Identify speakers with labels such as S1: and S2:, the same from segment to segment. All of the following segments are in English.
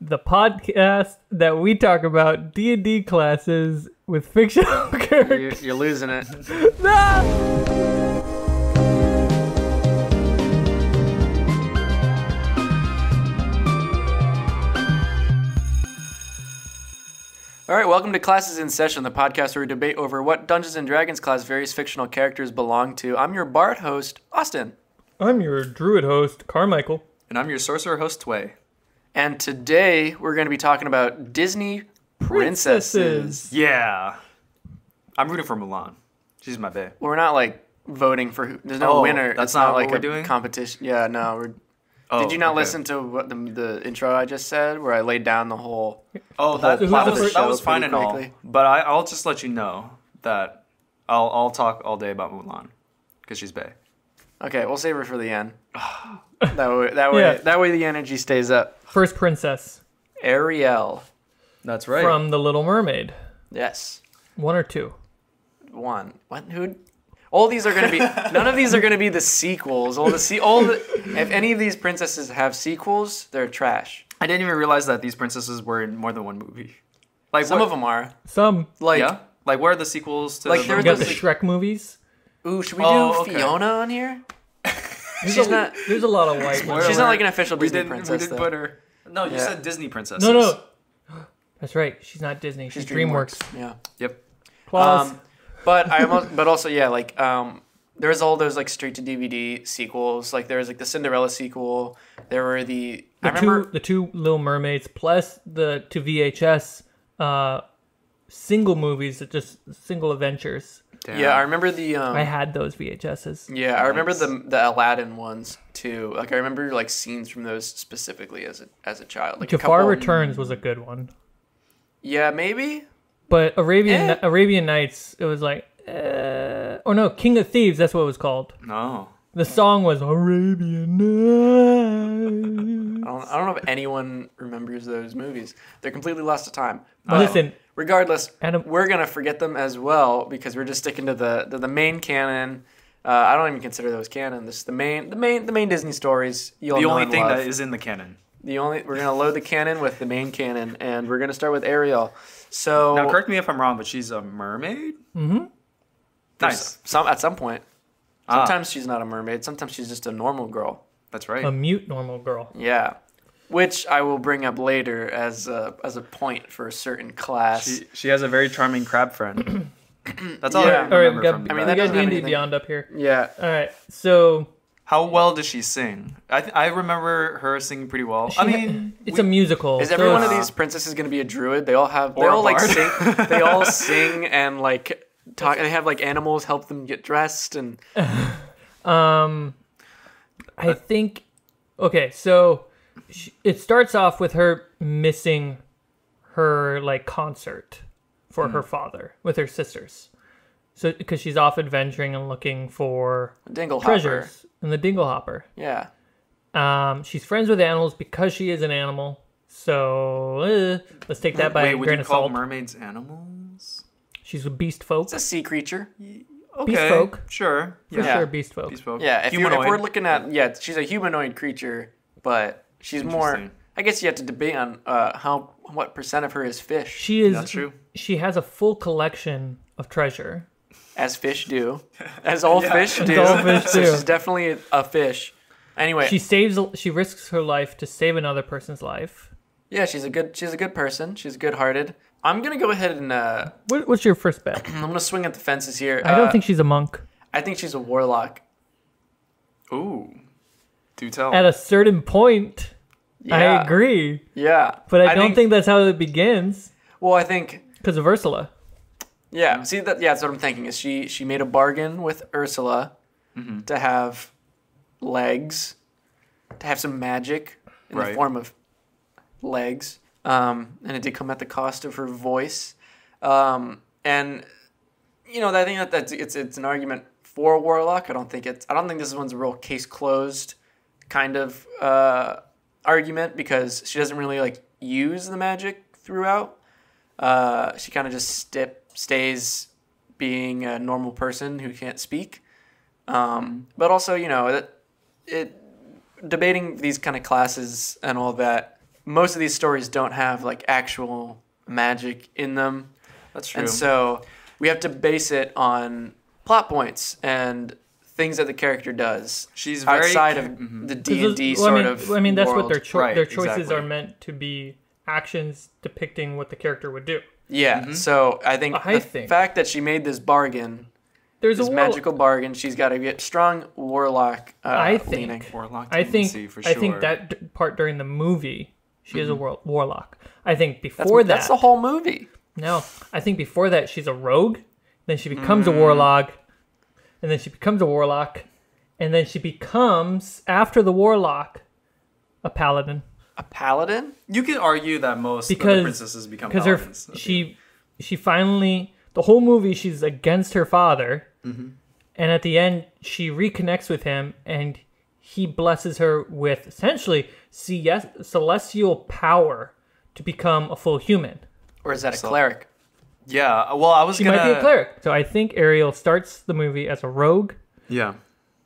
S1: the podcast that we talk about D&D classes with fictional
S2: You're,
S1: characters.
S2: you're losing it.
S1: Ah!
S2: All right, welcome to Classes in Session, the podcast where we debate over what Dungeons and Dragons class various fictional characters belong to. I'm your bard host, Austin,
S1: I'm your druid host, Carmichael.
S3: And I'm your sorcerer host, Tway.
S2: and today we're going to be talking about Disney princesses.
S3: Yeah. I'm rooting for Milan. She's my bae.
S2: We're not like voting for who. There's no
S3: Oh,
S2: winner.
S3: that's
S2: It's
S3: not what
S2: like
S3: we're
S2: a
S3: doing?
S2: competition. Yeah, no. We're,
S3: Oh,
S2: did you not
S3: okay.
S2: listen to what the, the intro I just said, where I laid down the whole?
S3: Oh, that,
S1: whole
S3: that
S1: show
S3: was, that was
S2: pretty
S3: fine and all.
S2: quickly.
S3: But I, I'll just let you know that I'll, I'll talk all day about Mulan because she's bae.
S2: Okay, we'll save her for the end. that way, that way,
S1: Yeah.
S2: that way, the energy stays up.
S1: First princess
S2: Ariel.
S3: That's right.
S1: from The Little Mermaid.
S2: Yes.
S1: One or two.
S2: one. What? Who? All these are going to be. none of these are going to be the sequels. All the se- all the, If any of these princesses have sequels, they're trash.
S3: I didn't even realize that these princesses were in more than one movie. Like
S2: Some
S3: what-
S2: of them are.
S1: Some
S2: Like,
S3: yeah. Like where are the sequels to?
S2: Like,
S3: the
S2: there
S1: we
S2: were
S3: movies?
S1: got the
S2: those-
S1: Shrek movies.
S2: ooh, should we
S3: Oh,
S2: do
S3: okay.
S2: Fiona on here?
S1: There's
S2: She's
S1: a,
S2: not-
S1: There's a lot of white ones.
S2: She's not like an official
S3: we
S2: Disney
S3: didn't,
S2: princess.
S3: We didn't
S2: though.
S3: put her. No, you
S2: Yeah.
S3: said Disney princess.
S1: No, no. That's right. She's not Disney. She's, DreamWorks.
S2: Yeah.
S3: Yep.
S1: Claus.
S2: Um, but I almost, but also yeah, like um, there's all those like straight to DVD sequels. Like there was like the Cinderella sequel. There were the, I
S1: the
S2: remember
S1: two the two Little Mermaids plus the to VHS uh, single movies that just single adventures.
S3: Damn.
S2: yeah I remember the um,
S1: I had those VHSs.
S2: Yeah, I remember the the Aladdin ones too. Like I remember like scenes from those specifically as a as a child. Like a
S1: Jafar
S2: couple,
S1: Returns was a good one,
S2: Yeah, maybe.
S1: but Arabian
S2: Eh.
S1: Arabian Nights it was like uh, or no King of Thieves that's what it was called.
S3: No.
S1: The song was Arabian
S2: I
S1: Nights.
S2: don't I don't know if anyone remembers those movies. They're completely lost to time. But
S1: Listen,
S2: regardless,
S1: Adam-
S2: we're gonna forget them as well because we're just sticking to the the, the main canon. Uh, I don't even consider those canon. This is the main the main the main Disney stories. You'll
S3: The
S2: know
S3: only
S2: and
S3: thing
S2: love.
S3: that is in the canon.
S2: the only we're gonna load the canon with the main canon, and we're gonna start with Ariel. So
S3: Now, correct me if I'm wrong, but she's a mermaid. Mm-hmm. Nice.
S2: some at some point.
S3: Ah.
S2: Sometimes she's not a mermaid. Sometimes she's just a normal girl.
S3: That's right.
S1: a mute normal girl.
S2: Yeah, which I will bring up later as a, as a point for a certain class.
S3: she, she has a very charming crab friend. That's all
S2: Yeah.
S3: I
S1: All right,
S3: remember
S1: we
S3: from
S1: got,
S3: the
S2: I mean,
S3: back.
S1: we got
S2: that doesn't have
S1: D&D
S2: anything-
S1: Beyond up here.
S2: yeah,
S1: All right, so
S3: How well does she sing? I, th- I remember her singing pretty well. I mean,
S1: it's
S3: we-
S1: a musical.
S2: is
S1: so
S2: every one of
S1: it's-
S2: these princesses going to be a druid? They all have. They
S3: Or a
S2: all like
S3: bard.
S2: sing. They all sing and like talk. They have like animals help them get dressed and
S1: Um, I think. Okay, so sh it starts off with her missing her like concert for
S3: Hmm.
S1: her father with her sisters. So because she's off adventuring and looking for
S2: dingle hopper.
S1: treasures in the Dingle Hopper.
S2: Yeah,
S1: Um, she's friends with animals because she is an animal. So eh, let's take that by
S3: wait,
S1: a
S3: would
S1: grain
S3: you
S1: of
S3: call
S1: salt.
S3: mermaids animals?
S1: she's a beast folk.
S2: it's a sea creature.
S3: Okay,
S1: folk.
S3: sure.
S1: For
S3: Yeah,
S2: Yeah.
S1: sure, beast folk.
S3: beast folk.
S2: Yeah, if, you, if we're
S3: Humanoid.
S2: looking at yeah, she's a humanoid creature, but she's more.
S3: Interesting.
S2: I guess you have to debate on uh, how what percent of her is fish,
S1: She is.
S3: That's true.
S1: She has a full collection of treasure.
S2: as fish do, as all fish do.
S1: all fish
S2: so
S1: do.
S2: she's definitely a fish. Anyway,
S1: she saves she risks her life to save another person's life
S2: yeah, she's a good she's a good person. She's good-hearted. I'm gonna go ahead and uh,
S1: what, what's your first bet
S2: I'm gonna swing at the fences here.
S1: i don't
S2: Uh,
S1: think she's a monk
S2: I think she's a warlock.
S3: Ooh, do tell.
S1: at a certain point
S2: Uh, Yeah.
S1: i agree
S2: Yeah,
S1: but i, don't
S2: think,
S1: think, that's how it begins
S2: Well, I think
S1: because of ursula
S2: Yeah, see that. Yeah, that's what I'm thinking. Is she she made a bargain with Ursula to have legs, to have some magic in the
S3: Right.
S2: form of legs, um, and it did come at the cost of her voice. Um, and you know, I think that that's, it's it's an argument for warlock. I don't think it's. I don't think this one's a real case closed kind of uh, argument because she doesn't really like use the magic throughout. Uh, she kind of just stip, stays being a normal person who can't speak. Um, but also, you know, that it debating these kind of classes and all that most of these stories don't have like actual magic in them.
S4: That's true.
S2: And so we have to base it on plot points and things that the character does
S4: She's very
S2: outside of
S4: ca- mhm.
S2: the
S1: 'Cause
S2: D and D
S1: it's- well,
S2: sort
S1: I mean,
S2: of.
S1: I mean, that's what their
S2: world.
S1: cho-
S4: Right,
S1: their choices
S4: exactly.
S1: are meant to be actions depicting what the character would do.
S2: yeah.
S4: Mm-hmm.
S2: So I think
S1: I
S2: the
S1: think-
S2: fact that she made this bargain,
S1: There's
S2: this
S1: a world-
S2: magical bargain, she's got to get strong warlock. Uh,
S1: I
S2: leaning.
S1: think
S4: Warlock
S1: I
S4: tendency
S1: think
S4: for
S1: I think
S4: sure.
S1: that d- part during the movie she is a world, warlock. I think before that
S2: Mm-hmm. that's the whole movie.
S1: no, I think before that she's a rogue, then she becomes a warlock, and then she becomes a warlock, and then she becomes after the warlock a paladin
S2: A paladin.
S4: You could argue that most of
S1: Because-
S4: the princesses become
S1: because her
S4: paladins.
S1: she she finally the whole movie she's against her father, and at the end she reconnects with him and he blesses her with essentially CS, celestial power to become a full human.
S2: Or is that a cleric?
S4: yeah. Well, I was
S1: She
S4: gonna.
S1: might be a cleric. So I think Ariel starts the movie as a rogue.
S4: Yeah.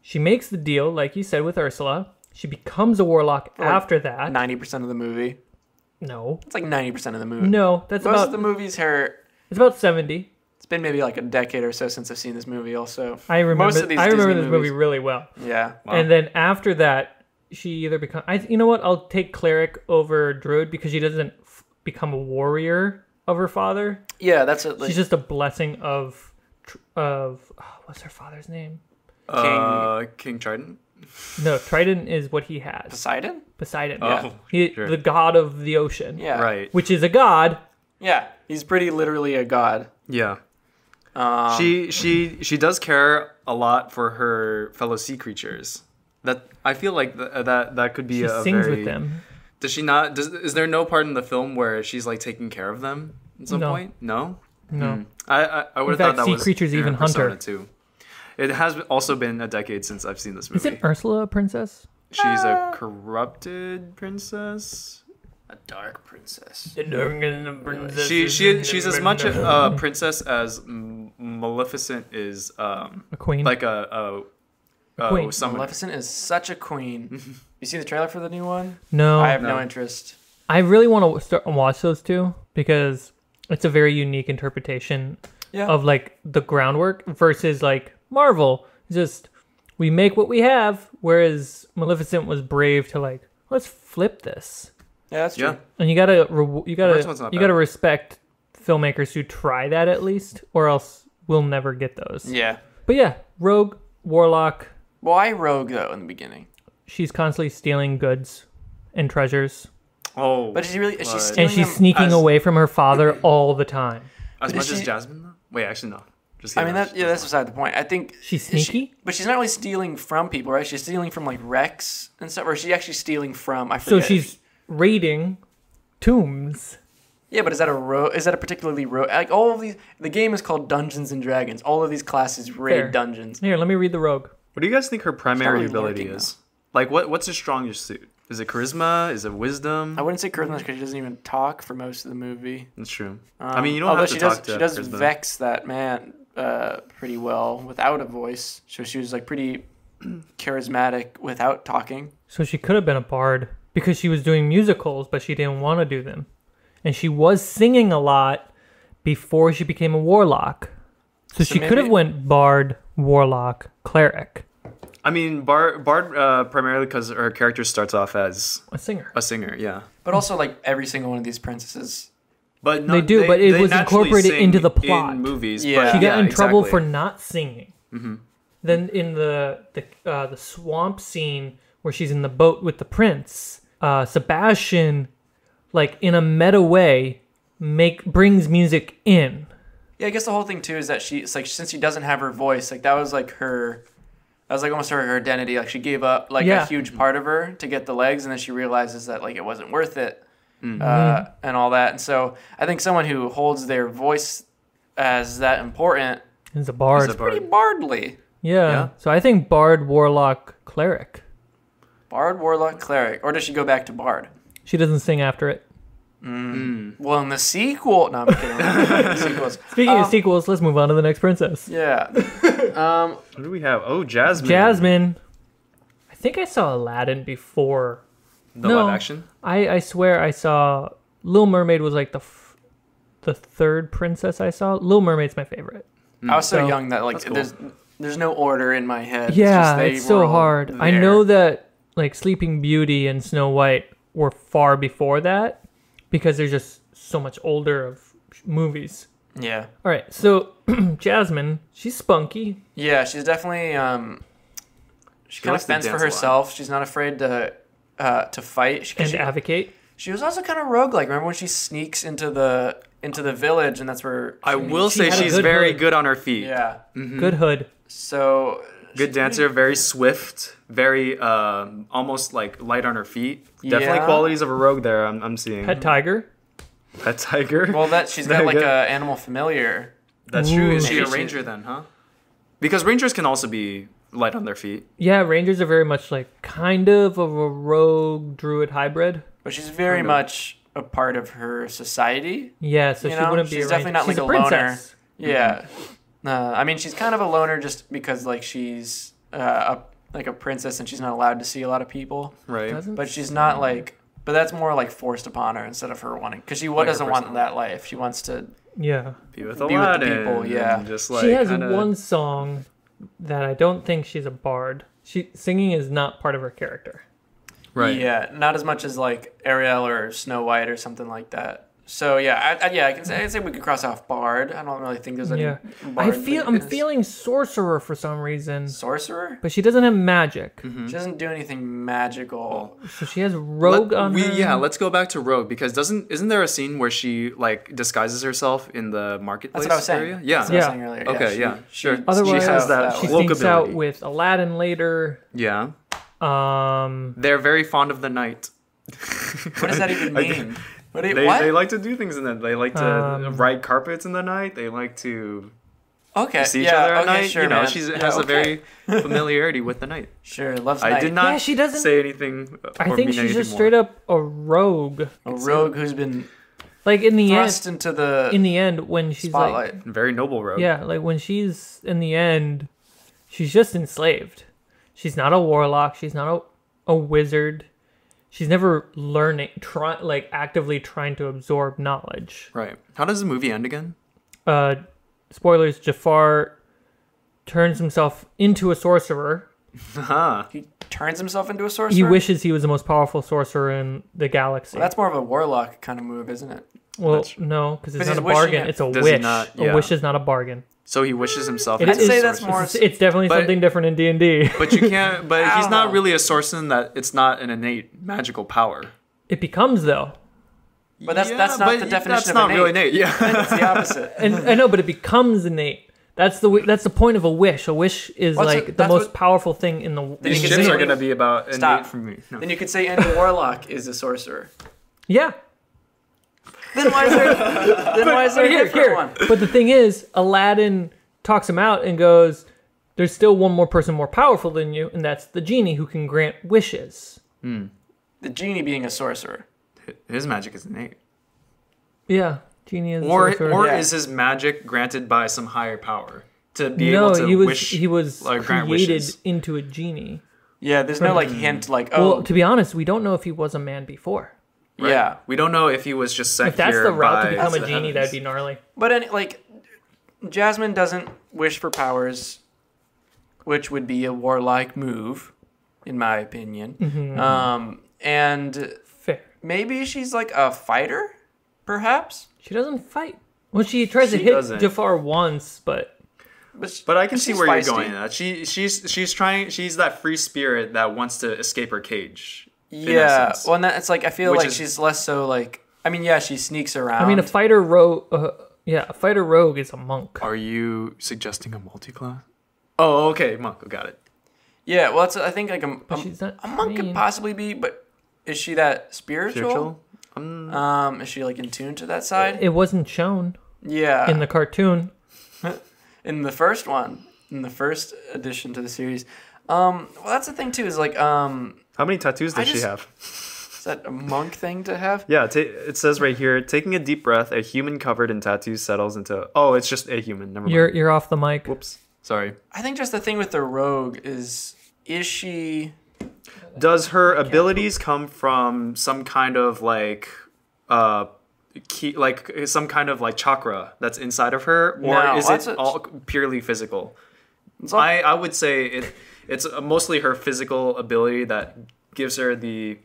S1: She makes the deal, like you said, with Ursula. She becomes a warlock after that.
S2: Ninety percent of the movie.
S1: no,
S2: It's like ninety percent of the movie.
S1: no, that's
S2: Most
S1: about
S2: of the movies her.
S1: it's about seventy.
S2: It's been maybe like a decade or so since I've seen this movie. Also,
S1: I remember.
S2: Most of these
S1: I remember
S2: Disney
S1: this
S2: movies.
S1: movie really well.
S2: Yeah.
S1: And then after that, she either becomes. I, you know what? I'll take cleric over druid because she doesn't f- become a warrior of her father.
S2: Yeah, that's what like,
S1: She's just a blessing of tr- of oh, what's her father's name?
S4: Uh, King Trident.
S1: No, Trident is what he has.
S2: Poseidon.
S1: Poseidon.
S4: Oh,
S1: he,
S4: sure.
S1: the god of the ocean.
S2: Yeah.
S4: Right.
S1: Which is a god.
S2: Yeah, he's pretty literally a god.
S4: Yeah.
S2: Um,
S4: she she she does care a lot for her fellow sea creatures. That I feel like th- uh, that that could be
S1: She
S4: a
S1: sings
S4: very.
S1: with them.
S4: Does she not? Does, is there no part in the film where she's like taking care of them at some
S1: No.
S4: point? No. Hmm.
S1: No.
S4: I I, I would have
S1: In
S4: thought
S1: fact,
S4: that
S1: sea
S4: was
S1: creatures
S4: in
S1: even hunt her.
S4: Persona too. It has also been a decade since I've seen this movie.
S1: Isn't Ursula a princess?
S4: She's a corrupted princess.
S2: a dark princess.
S4: She she she's as much a uh, princess as M- Maleficent is um
S1: a queen.
S4: like a a, oh, a
S1: Queen.
S4: summoner.
S2: Maleficent is such a queen. you seen the trailer for the new one?
S1: no,
S2: I have
S1: I,
S2: no,
S4: No.
S2: interest.
S1: really want to start watch those two because it's a very unique interpretation
S2: Yeah.
S1: of like the groundwork versus like Marvel. Just we make what we have, whereas Maleficent was brave to like let's flip this,
S2: yeah, that's true.
S4: Yeah.
S1: and you gotta re- you gotta
S4: first one's not
S1: you
S4: bad.
S1: gotta respect filmmakers who try that at least, or else we'll never get those.
S2: Yeah.
S1: But yeah, rogue warlock.
S2: Why rogue though in the beginning?
S1: she's constantly stealing goods and treasures
S4: Oh,
S2: But is she really? Is she
S4: But-
S2: stealing
S1: and she's
S2: them-
S1: sneaking
S4: as-
S1: away from her father all the time
S4: as
S2: but
S4: much
S2: is
S4: as
S2: she-
S4: Jasmine. Though? Wait, actually no. Just
S2: I
S4: kidding.
S2: mean, that, yeah, that's beside the point. I think
S1: She's
S2: is she-
S1: sneaky?
S2: but she's not really stealing from people, right? She's stealing from like wrecks and stuff, or is she actually stealing from? I
S1: so
S2: forget.
S1: she's raiding tombs
S2: yeah, but is that a row? Is that a particularly row? Like all of these, the game is called Dungeons and Dragons. All of these classes raid
S1: Fair.
S2: dungeons.
S1: here let me read the rogue
S4: What do you guys think her primary
S2: really
S4: ability
S2: working,
S4: is? Like, what what's her strongest suit? Is it charisma? Is it wisdom?
S2: I wouldn't say charisma because she doesn't even talk for most of the movie.
S4: That's true. I
S2: Um,
S4: mean, you don't
S2: although
S4: have to
S2: she
S4: talk
S2: does,
S4: to
S2: She does
S4: charisma.
S2: vex that man uh, pretty well without a voice. So she was like pretty charismatic without talking.
S1: so she could have been a bard because she was doing musicals but she didn't want to do them and she was singing a lot before she became a warlock so, she could
S2: maybe-
S1: have went bard warlock cleric
S4: I mean, Bard, Bard uh, primarily because her character starts off as
S1: a singer
S4: a singer, yeah.
S2: But also like every single one of these princesses.
S4: But
S1: They do, but it was
S4: naturally
S1: incorporated
S4: sing
S1: into the plot.
S4: in movies.
S2: Yeah.
S4: but
S1: she got
S4: yeah,
S1: in trouble
S4: exactly. Mm-hmm.
S1: for not singing. Then in the the uh, the swamp scene where she's in the boat with the prince, uh, Sebastian, like in a meta way, make brings music in.
S2: Yeah, I guess the whole thing too is that she it's like since she doesn't have her voice, like that was like her that was like almost her, her identity. Like she gave up like a
S1: Yeah.
S2: huge part of her to get the legs and then she realizes that like it wasn't worth it. Uh, and all that. And so I think someone who holds their voice as that important
S1: It's a bard.
S4: It's a
S2: pretty
S4: Bard.
S2: bardly.
S1: yeah.
S4: Yeah.
S1: So I think bard, warlock, cleric.
S2: Bard, warlock, cleric, or does she go back to bard?
S1: She doesn't sing after it.
S2: Well, in the sequel, no, I'm kidding. Sequels.
S1: Speaking
S4: Oh.
S1: of sequels, let's move on to the next princess,
S2: Yeah. Um,
S4: What do we have? Oh, Jasmine.
S1: Jasmine. I think I saw Aladdin before
S4: The
S1: No.
S4: live action?
S1: I I swear I saw Little Mermaid was like the f- the third princess I saw. Little Mermaid's my favorite.
S2: I was so,
S1: So-
S2: young that like
S4: That's cool.
S2: there's there's no order in my head.
S1: Yeah,
S2: it's, just they
S1: it's so
S2: were all
S1: hard. I
S2: there.
S1: know that like Sleeping Beauty and Snow White were far before that because they're just so much older of movies.
S2: Yeah,
S1: All right, so Jasmine, she's spunky.
S2: yeah. She's definitely um, she kind of
S4: likes to
S2: fends for
S4: dance a lot.
S2: herself. She's not afraid to uh to fight. She,
S1: And
S2: she,
S1: advocate.
S2: she was also kind of roguelike. Remember when she sneaks into the into the village and that's where
S4: I
S2: she-
S4: will
S1: she
S4: say
S1: had a
S4: she's
S1: good
S4: very
S1: hood.
S4: good on her feet.
S2: Yeah.
S1: Good hood.
S2: So
S4: Good dancer, very swift, very um, almost like light on her feet. Definitely
S2: Yeah.
S4: qualities of a rogue there. I'm, I'm seeing
S2: Mm-hmm.
S1: Pet tiger.
S4: Pet tiger.
S2: Well, that she's got
S4: Very
S2: like
S4: good.
S2: a animal familiar.
S4: That's true. Is
S1: Ooh.
S4: she a
S2: Maybe she-
S4: ranger then, huh? Because rangers can also be light on their feet.
S1: Yeah, rangers are very much like kind of of a rogue druid hybrid.
S2: But she's very
S4: Kind of.
S2: much a part of her society.
S1: Yeah, so
S2: You
S1: she
S2: know,
S1: wouldn't be.
S2: she's
S1: a
S2: definitely
S1: ranger. she's
S2: not like
S1: a
S2: a loner.
S1: princess.
S2: Yeah. Uh, I mean, she's kind of a loner just because like she's uh, a, like a princess and she's not allowed to see a lot of people.
S4: Right.
S1: Doesn't
S2: But she's not like. But that's more like forced upon her instead of her wanting, because she wa-
S4: Like her
S2: doesn't want
S4: personal
S2: that life. She wants to.
S1: yeah.
S2: Be
S4: Be with a
S2: with the
S4: lot
S2: people, yeah.
S4: Just like
S1: she has
S4: kinda-
S1: one song that I don't think she's a bard. She singing is not part of her character.
S4: Right.
S2: Yeah, uh, not as much as like Ariel or Snow White or something like that. So yeah, I, I, yeah, I can say I'd say we could cross off Bard. I don't really think there's any.
S1: Yeah, I
S2: bard
S1: feel I'm
S2: leaders.
S1: feeling sorcerer for some reason,
S2: sorcerer.
S1: but she doesn't have magic,
S4: Mm-hmm.
S2: She doesn't do anything magical.
S1: so she has rogue
S4: Let-
S1: on
S4: we,
S1: her.
S4: Yeah, let's go back to Rogue because doesn't isn't there a scene where she like disguises herself in the marketplace
S2: That's what I was saying.
S4: area?
S2: That's
S4: Yeah.
S2: what I was
S1: Yeah.
S2: saying earlier.
S4: Okay,
S2: she-
S4: yeah, sure.
S2: She,
S1: Otherwise-
S2: she has that.
S1: she
S4: She
S2: one.
S1: stinks out
S4: Lookability.
S1: with Aladdin later.
S4: Yeah.
S1: Um,
S4: They're very fond of the night.
S2: What does that even mean? What? do you-
S4: They,
S2: what?
S4: they like to do things in the They like to
S1: Um,
S4: ride carpets in the night. They like to
S2: okay.
S4: see
S2: Uh, yeah,
S4: each other at
S2: okay,
S4: night.
S2: Sure,
S4: you know,
S2: man.
S4: she
S2: Yeah,
S4: has
S2: okay.
S4: a very familiarity with the night.
S2: sure loves
S4: I
S2: night.
S4: did not
S1: Yeah, she doesn't-
S4: say anything. uh,
S1: I
S4: or
S1: think
S4: mean
S1: she's just
S4: anything
S1: straight
S4: more.
S1: up a rogue.
S2: a rogue who's been
S1: Like in the
S2: thrust into the
S1: end, in the end when she's
S2: spotlight.
S4: very noble rogue.
S1: like, yeah, like when she's in the end, she's just enslaved. She's not a warlock. She's not a, a wizard. She's never learning, try, like actively trying to absorb knowledge.
S4: Right. How does the movie end again?
S1: uh, spoilers, Jafar turns himself into a sorcerer.
S4: Huh.
S2: he turns himself into a sorcerer.
S1: He wishes he was the most powerful sorcerer in the galaxy.
S2: Well, that's more of a warlock kind of move, isn't it?
S1: Well, no, because it's not
S2: But he's
S1: a
S2: wishing
S1: bargain.
S2: it.
S1: It's a
S4: Does he
S1: wish.
S4: not-
S1: A
S4: yeah.
S1: wish is not a bargain.
S4: So he wishes himself.
S1: It
S4: into
S1: is-
S4: a
S1: I'd say
S2: that's
S4: sorcerer.
S2: more-
S1: It's, it's definitely
S4: But-
S1: something different in D and D.
S4: But you can't. But he's
S2: Ow.
S4: not really a sorcerer in that it's not an innate magical power.
S1: It becomes though,
S2: But that's- that's not the definition
S4: That's
S2: of
S4: not really
S2: innate.
S4: innate. Yeah.
S2: It's the opposite.
S1: and I know, but it becomes innate. That's the wi- that's the point of a wish. A wish is
S2: What's
S1: like
S2: it-
S1: the
S2: that's
S1: most
S2: what-
S1: powerful thing in the.
S2: you
S1: in
S4: These
S2: can
S1: the
S2: say
S4: gyms
S1: world.
S4: are
S2: like-
S4: gonna be about
S2: Stop.
S4: innate for me. No.
S2: then you could say any warlock is a sorcerer.
S1: yeah.
S2: Then why is there? then why is there a
S1: Here,
S2: different
S1: here.
S2: one?
S1: But the thing is, Aladdin talks him out and goes, "There's still one more person more powerful than you, and that's the genie who can grant wishes."
S2: The genie being a sorcerer.
S4: His magic is innate.
S1: Yeah, genie is a
S4: Or
S1: sorcerer.
S4: or
S2: Yeah.
S4: is his magic granted by some higher power to be
S1: no,
S4: able to
S1: he was
S4: wish?
S1: he was
S4: or grant
S1: created
S4: wishes.
S1: into a genie.
S2: Yeah, there's no like hint like oh
S1: Hmm. Well, to be honest, we don't know if he was a man before.
S4: Right.
S2: yeah,
S4: We don't know if he was just sent
S1: If that's
S4: here
S1: the route to
S4: by
S1: become a
S4: the
S1: genie,
S4: heavens.
S1: that'd be gnarly.
S2: But any, like, Jasmine doesn't wish for powers, which would be a warlike move, in my opinion.
S1: Mm-hmm.
S2: Um, and
S1: Fair.
S2: maybe she's like a fighter, perhaps.
S1: She doesn't fight. Well, she tries to
S4: She
S1: hit
S4: doesn't.
S1: Jafar once, but
S2: But, sh-
S4: But I can see
S2: she's
S4: where
S2: feisty.
S4: you're going. At. She she's she's trying. She's that free spirit that wants to escape her cage. in
S2: Yeah.
S4: essence.
S2: Well, and that, it's like I feel
S4: Which
S2: like
S4: is-
S2: she's less so like. I mean, yeah, she sneaks around.
S1: I mean, a fighter rogue. Uh, yeah, a fighter rogue is a monk.
S4: Are you suggesting a multi-class? Oh, okay, Monk, got it.
S2: yeah. Well, that's, I think like a, a,
S1: she's not
S2: a monk could
S1: trained.
S2: possibly be, but is she that spiritual?
S4: Spiritual? Um,
S2: Um, is she like in tune to that side?
S1: It wasn't shown
S2: Yeah.
S1: in the cartoon.
S2: in the first one, in the first addition to the series. Um, well, that's the thing too. Is like, um,
S4: how many tattoos
S2: I
S4: does
S2: just-
S4: she have?
S2: is that a monk thing to have?
S4: Yeah, ta it says right here, taking a deep breath, a human covered in tattoos settles into. Oh, it's just a human. Never mind.
S1: You're you're off the mic.
S4: Whoops. Sorry.
S2: I think just the thing with the rogue is, is she
S4: Does her abilities come from some kind of like uh key like some kind of like chakra that's inside of her or
S2: No,
S4: is
S2: that's
S4: it
S2: a-
S4: all purely physical?
S2: It's all-
S4: I I would say it it's mostly her physical ability that gives her the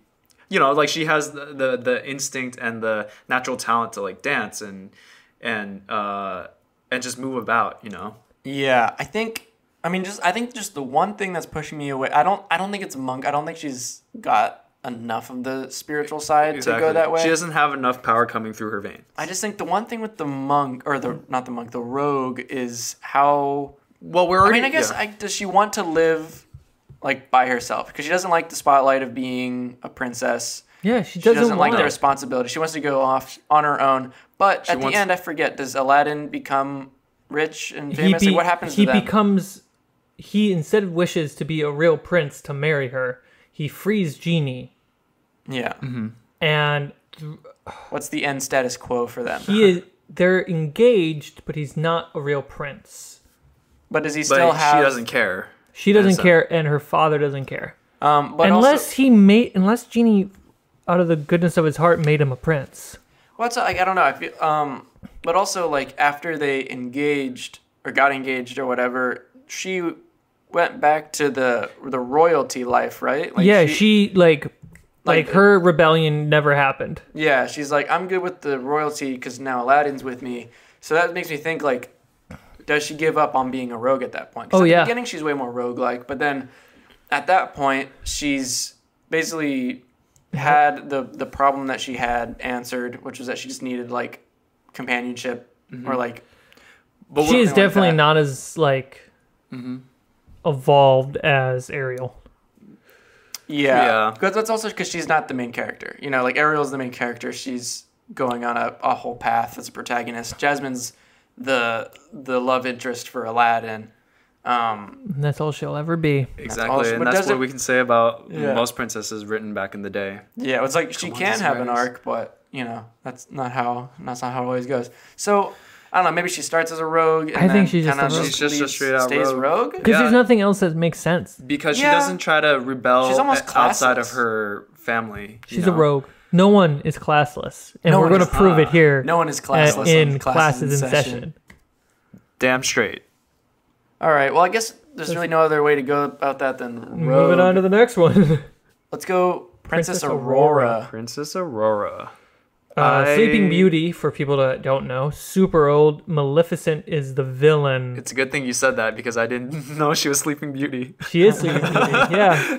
S4: you know like she has the the, the instinct and the natural talent to like dance and and uh and just move about, you know.
S2: Yeah, I think. I mean, just I think just the one thing that's pushing me away. I don't. I don't think it's monk. I don't think she's got enough of the spiritual side to go that way.
S4: She doesn't have enough power coming through her veins.
S2: I just think the one thing with the monk or the not the monk, the rogue is how.
S4: Well, we're
S2: I
S4: already
S2: mean, I guess
S4: yeah.
S2: I, does she want to live like by herself because she doesn't like the spotlight of being a princess.
S1: Yeah, she
S2: She
S1: doesn't,
S2: doesn't like
S1: want
S2: the
S1: it.
S2: responsibility. She wants to go off on her own. But at
S4: wants-
S2: the end, I forget. Does Aladdin become rich and
S1: He
S2: famous?
S1: be-
S2: like, what happens
S1: He
S2: to them?
S1: becomes. He instead wishes to be a real prince to marry her. He frees genie,
S2: yeah.
S1: Mm-hmm. and
S2: What's the end status quo for them?
S1: he is. They're engaged, but he's not a real prince.
S2: But does he
S4: but
S2: still have?
S4: she doesn't care.
S1: She doesn't
S4: so-
S1: care, and her father doesn't care.
S2: Um, but
S1: unless
S2: also,
S1: he made, unless genie, out of the goodness of his heart, made him a prince.
S2: what's like I don't know. I feel, um, but also like after they engaged or got engaged or whatever, she went back to the the royalty life, right? Like
S1: yeah, she, like, like,
S2: Like-
S1: her rebellion never happened.
S2: Yeah, she's like, I'm good with the royalty because now Aladdin's with me. So that makes me think like, does she give up on being a rogue at that point? 'Cause
S1: Oh,
S2: at
S1: yeah.
S2: the beginning she's way more rogue-like, but then at that point she's basically had the the problem that she had answered, which was that she just needed like companionship or like
S4: But
S1: Mm-hmm. She
S4: we're-
S1: is
S2: something like
S1: definitely
S2: that. Mm-hmm.
S1: not as like evolved as Ariel.
S2: yeah.
S4: Yeah.
S2: Because that's also because she's not the main character. You know, like Ariel's the main character. She's going on a, a whole path as a protagonist. Jasmine's the the love interest for Aladdin. Um,
S1: And that's all she'll ever be.
S4: Exactly,
S2: all she-
S4: and
S2: but
S4: that's
S2: does
S4: what
S2: it-
S4: we can say about
S2: Yeah.
S4: most princesses written back in the day.
S2: yeah, it's like she
S4: Come on,
S2: can
S4: these
S2: have an
S4: writers.
S2: arc, but you know that's not how that's not how it always goes. So I don't know. Maybe she starts as a rogue. And
S1: I think
S2: then
S1: she's just
S2: kinda
S1: a rogue.
S4: She's just a
S2: leaves-
S4: straight out
S2: stays rogue.
S1: Because
S4: Yeah.
S1: there's nothing else that makes sense.
S4: Because
S2: Yeah.
S4: she doesn't try to rebel
S2: She's almost
S4: o- outside of
S2: classless.
S4: her family. you
S1: She's a
S4: know?
S1: rogue. No one is classless, and
S2: No
S1: we're
S2: one
S1: going to
S2: is-
S1: prove it
S4: ah,
S1: here
S2: No one is
S1: at-
S2: classless
S1: Uh, in
S2: on
S1: classes in session.
S4: Damn straight.
S2: All right. Well, I guess there's really no other way to go about that than rogue.
S1: Moving on to the next one.
S2: Let's go, Princess,
S1: Princess
S2: Aurora.
S1: Aurora.
S4: Princess Aurora.
S1: Uh,
S4: I-
S1: Sleeping Beauty, for people that don't know, super old. Maleficent is the villain.
S4: It's a good thing you said that because I didn't know she was Sleeping Beauty.
S1: she is Sleeping Beauty, yeah.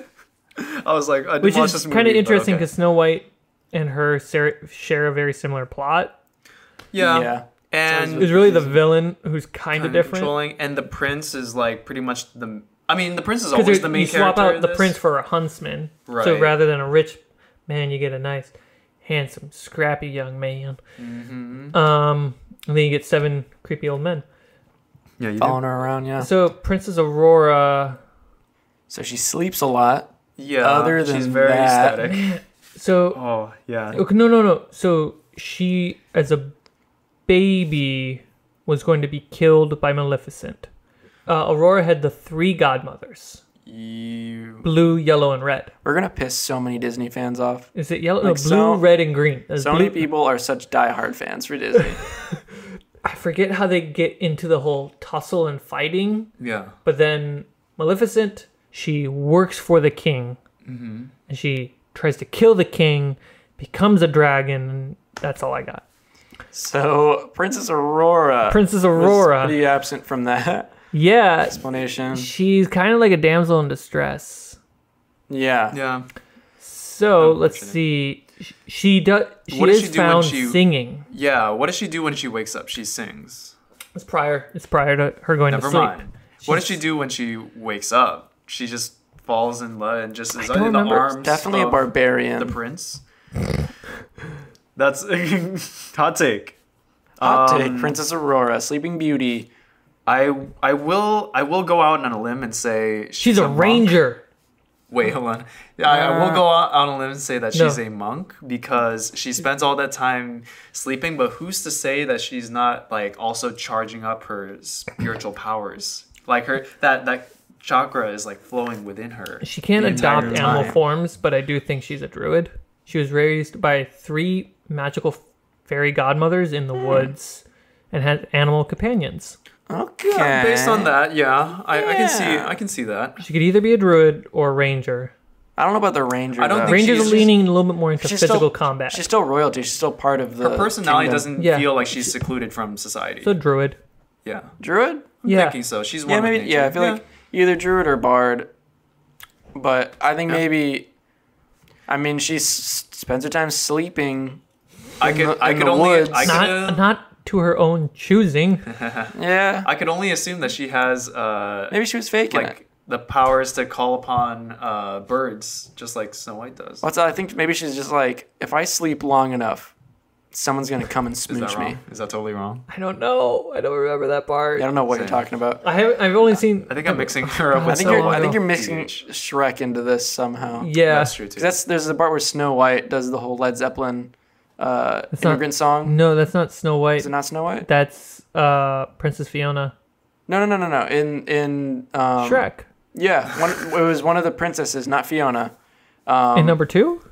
S4: I was like, I didn't
S1: Which
S4: watch
S1: is
S4: this movie.
S1: kind of
S4: but
S1: interesting
S4: okay.
S1: because Snow White and her ser- share a very similar plot.
S4: yeah.
S2: Yeah.
S4: and
S2: Sounds
S1: It's really the villain who's kind of
S4: Mm. kinda
S1: different.
S4: controlling, and the prince is like pretty much the. I mean, the prince is
S1: Because
S4: always the main
S1: you swap
S4: character.
S1: out
S4: in
S1: the
S4: this.
S1: prince for a huntsman. So
S4: Right.
S1: rather than a rich man, you get a nice, handsome, scrappy young man.
S4: Mm-hmm.
S1: Um, and then you get seven creepy old men.
S4: Yeah, you do.
S2: following her around, yeah.
S1: So Princess Aurora.
S2: So she sleeps a lot.
S4: Yeah,
S2: Other
S4: she's
S2: than
S4: very
S2: that-
S4: static.
S1: So
S4: Oh yeah,
S1: Okay, no, no, no. So she, as a baby, was going to be killed by Maleficent. Uh, Aurora had the three godmothers:
S2: You.
S1: blue, yellow, and red.
S2: We're gonna piss so many Disney fans off.
S1: Is it yellow?
S2: Like
S1: no, blue,
S2: so-
S1: red, and green. There's
S2: So
S1: blue-
S2: many people are such diehard fans for Disney.
S1: I forget how they get into the whole tussle and fighting,
S4: yeah.
S1: but then Maleficent, she works for the king,
S2: Mm-hmm.
S1: and she tries to kill the king, becomes a dragon. and That's all I got.
S2: so Princess Aurora.
S1: Princess
S2: was
S1: Aurora.
S2: Pretty absent from that
S1: yeah,
S2: explanation.
S1: she's kind of like a damsel in distress.
S2: Yeah.
S4: Yeah.
S1: So let's
S4: fortunate.
S1: see. Sh- She does. She
S4: Oh, What does
S1: is
S4: she do when
S1: found
S4: she-
S1: singing.
S4: Yeah. What does she do when she wakes up? She sings.
S1: It's prior. It's prior to her going
S4: Never
S1: to sleep.
S4: mind. What does she do when she wakes up? She just falls in love and just is
S2: I don't
S4: in the
S2: remember.
S4: arms.
S2: Definitely a
S4: of
S2: barbarian.
S4: The prince. That's hot take.
S2: Hot
S4: Um,
S2: take. Princess Aurora, Sleeping Beauty.
S4: I I will I will go out on a limb and say she's,
S1: She's a
S4: monk.
S1: ranger.
S4: Wait, hold on. Yeah, I, I will go out on a limb and say that
S1: Oh. Uh, No.
S4: she's a monk because she spends all that time sleeping. But who's to say that she's not like also charging up her spiritual powers, like her that that chakra is like flowing within her.
S1: She can't
S4: the entire
S1: adopt animal
S4: time.
S1: forms, but I do think she's a druid. She was raised by three magical f- fairy godmothers in
S4: Hmm.
S1: the woods and had animal companions.
S2: Okay.
S4: Yeah, based on that, yeah, I, I can see
S2: Yeah.
S4: I can see that.
S1: She could either be a druid or a ranger.
S2: I don't know about the ranger.
S4: I don't
S2: though.
S4: think
S1: Rangers
S4: she's
S1: are leaning a little bit more into
S2: She's
S1: physical
S2: still-
S1: combat.
S2: She's still royalty. She's still part of the
S4: Her personality
S2: kingdom.
S4: doesn't
S1: Uh, Yeah.
S4: feel like she's secluded from society.
S1: so druid.
S4: yeah,
S2: druid.
S1: Yeah.
S4: thinking so. She's
S2: Yeah,
S4: one.
S2: maybe. Yeah, I feel like either druid or bard. But I think maybe. I mean, she s- spends her time sleeping.
S4: I
S2: in
S4: could
S2: the-
S4: I
S2: in
S4: could
S2: the
S4: only
S2: woods.
S4: I could,
S1: Not
S4: uh,
S1: not to her own choosing.
S2: Yeah,
S4: I could only assume that she has uh
S2: maybe she was faking
S4: like
S2: it.
S4: the powers to call upon uh birds, just like Snow White does.
S2: What's I think maybe she's just like, if I sleep long enough, someone's gonna come and
S4: Is that
S2: smooch
S4: wrong?
S2: me.
S4: Is that totally wrong?
S1: I don't know. I don't remember that part.
S2: I don't know what
S4: Same.
S2: you're talking about.
S1: I haven't, I've only seen.
S4: I think I'm mixing her up
S1: I
S4: with
S2: I think
S1: so
S4: Snow
S2: you're,
S1: long
S2: I
S4: White.
S2: think
S1: ago.
S2: you're mixing Sh- Shrek into this somehow.
S1: yeah.
S4: That's true too.
S2: 'Cause that's there's the part where Snow White does the whole Led Zeppelin uh,
S1: not-
S2: immigrant song.
S1: No, that's not Snow White.
S2: Is it not Snow White?
S1: That's uh, Princess Fiona.
S2: No, no, no, no, no. In in um,
S1: Shrek.
S2: Yeah, one, it was one of the princesses, not Fiona. Um,
S1: in number two?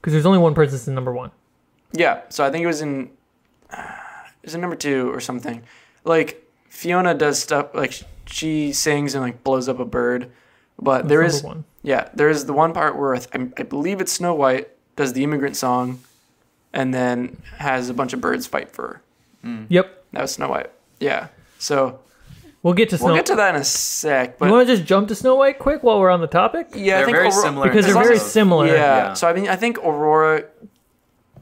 S1: Because there's only one princess in number one.
S2: yeah, so I think it was in uh, it was in number two or something. Like Fiona does stuff like sh- she sings and like blows up a bird, but
S1: That's
S2: there
S1: number
S2: is
S1: one.
S2: yeah there is the one part where I, th- I believe it's Snow White does the immigrant song, and then has a bunch of birds fight for her.
S1: Yep.
S2: That was Snow White. Yeah, so
S1: We'll get to Snow.
S2: we'll get to that in a sec. But
S1: you want to just jump to Snow White quick while we're on the topic?
S2: yeah, I
S4: They're
S2: think
S4: very
S2: overall-
S4: similar in
S1: Because they're
S2: As
S1: very
S2: long as-
S1: similar.
S2: Yeah.
S4: Yeah.
S2: So I mean, I think Aurora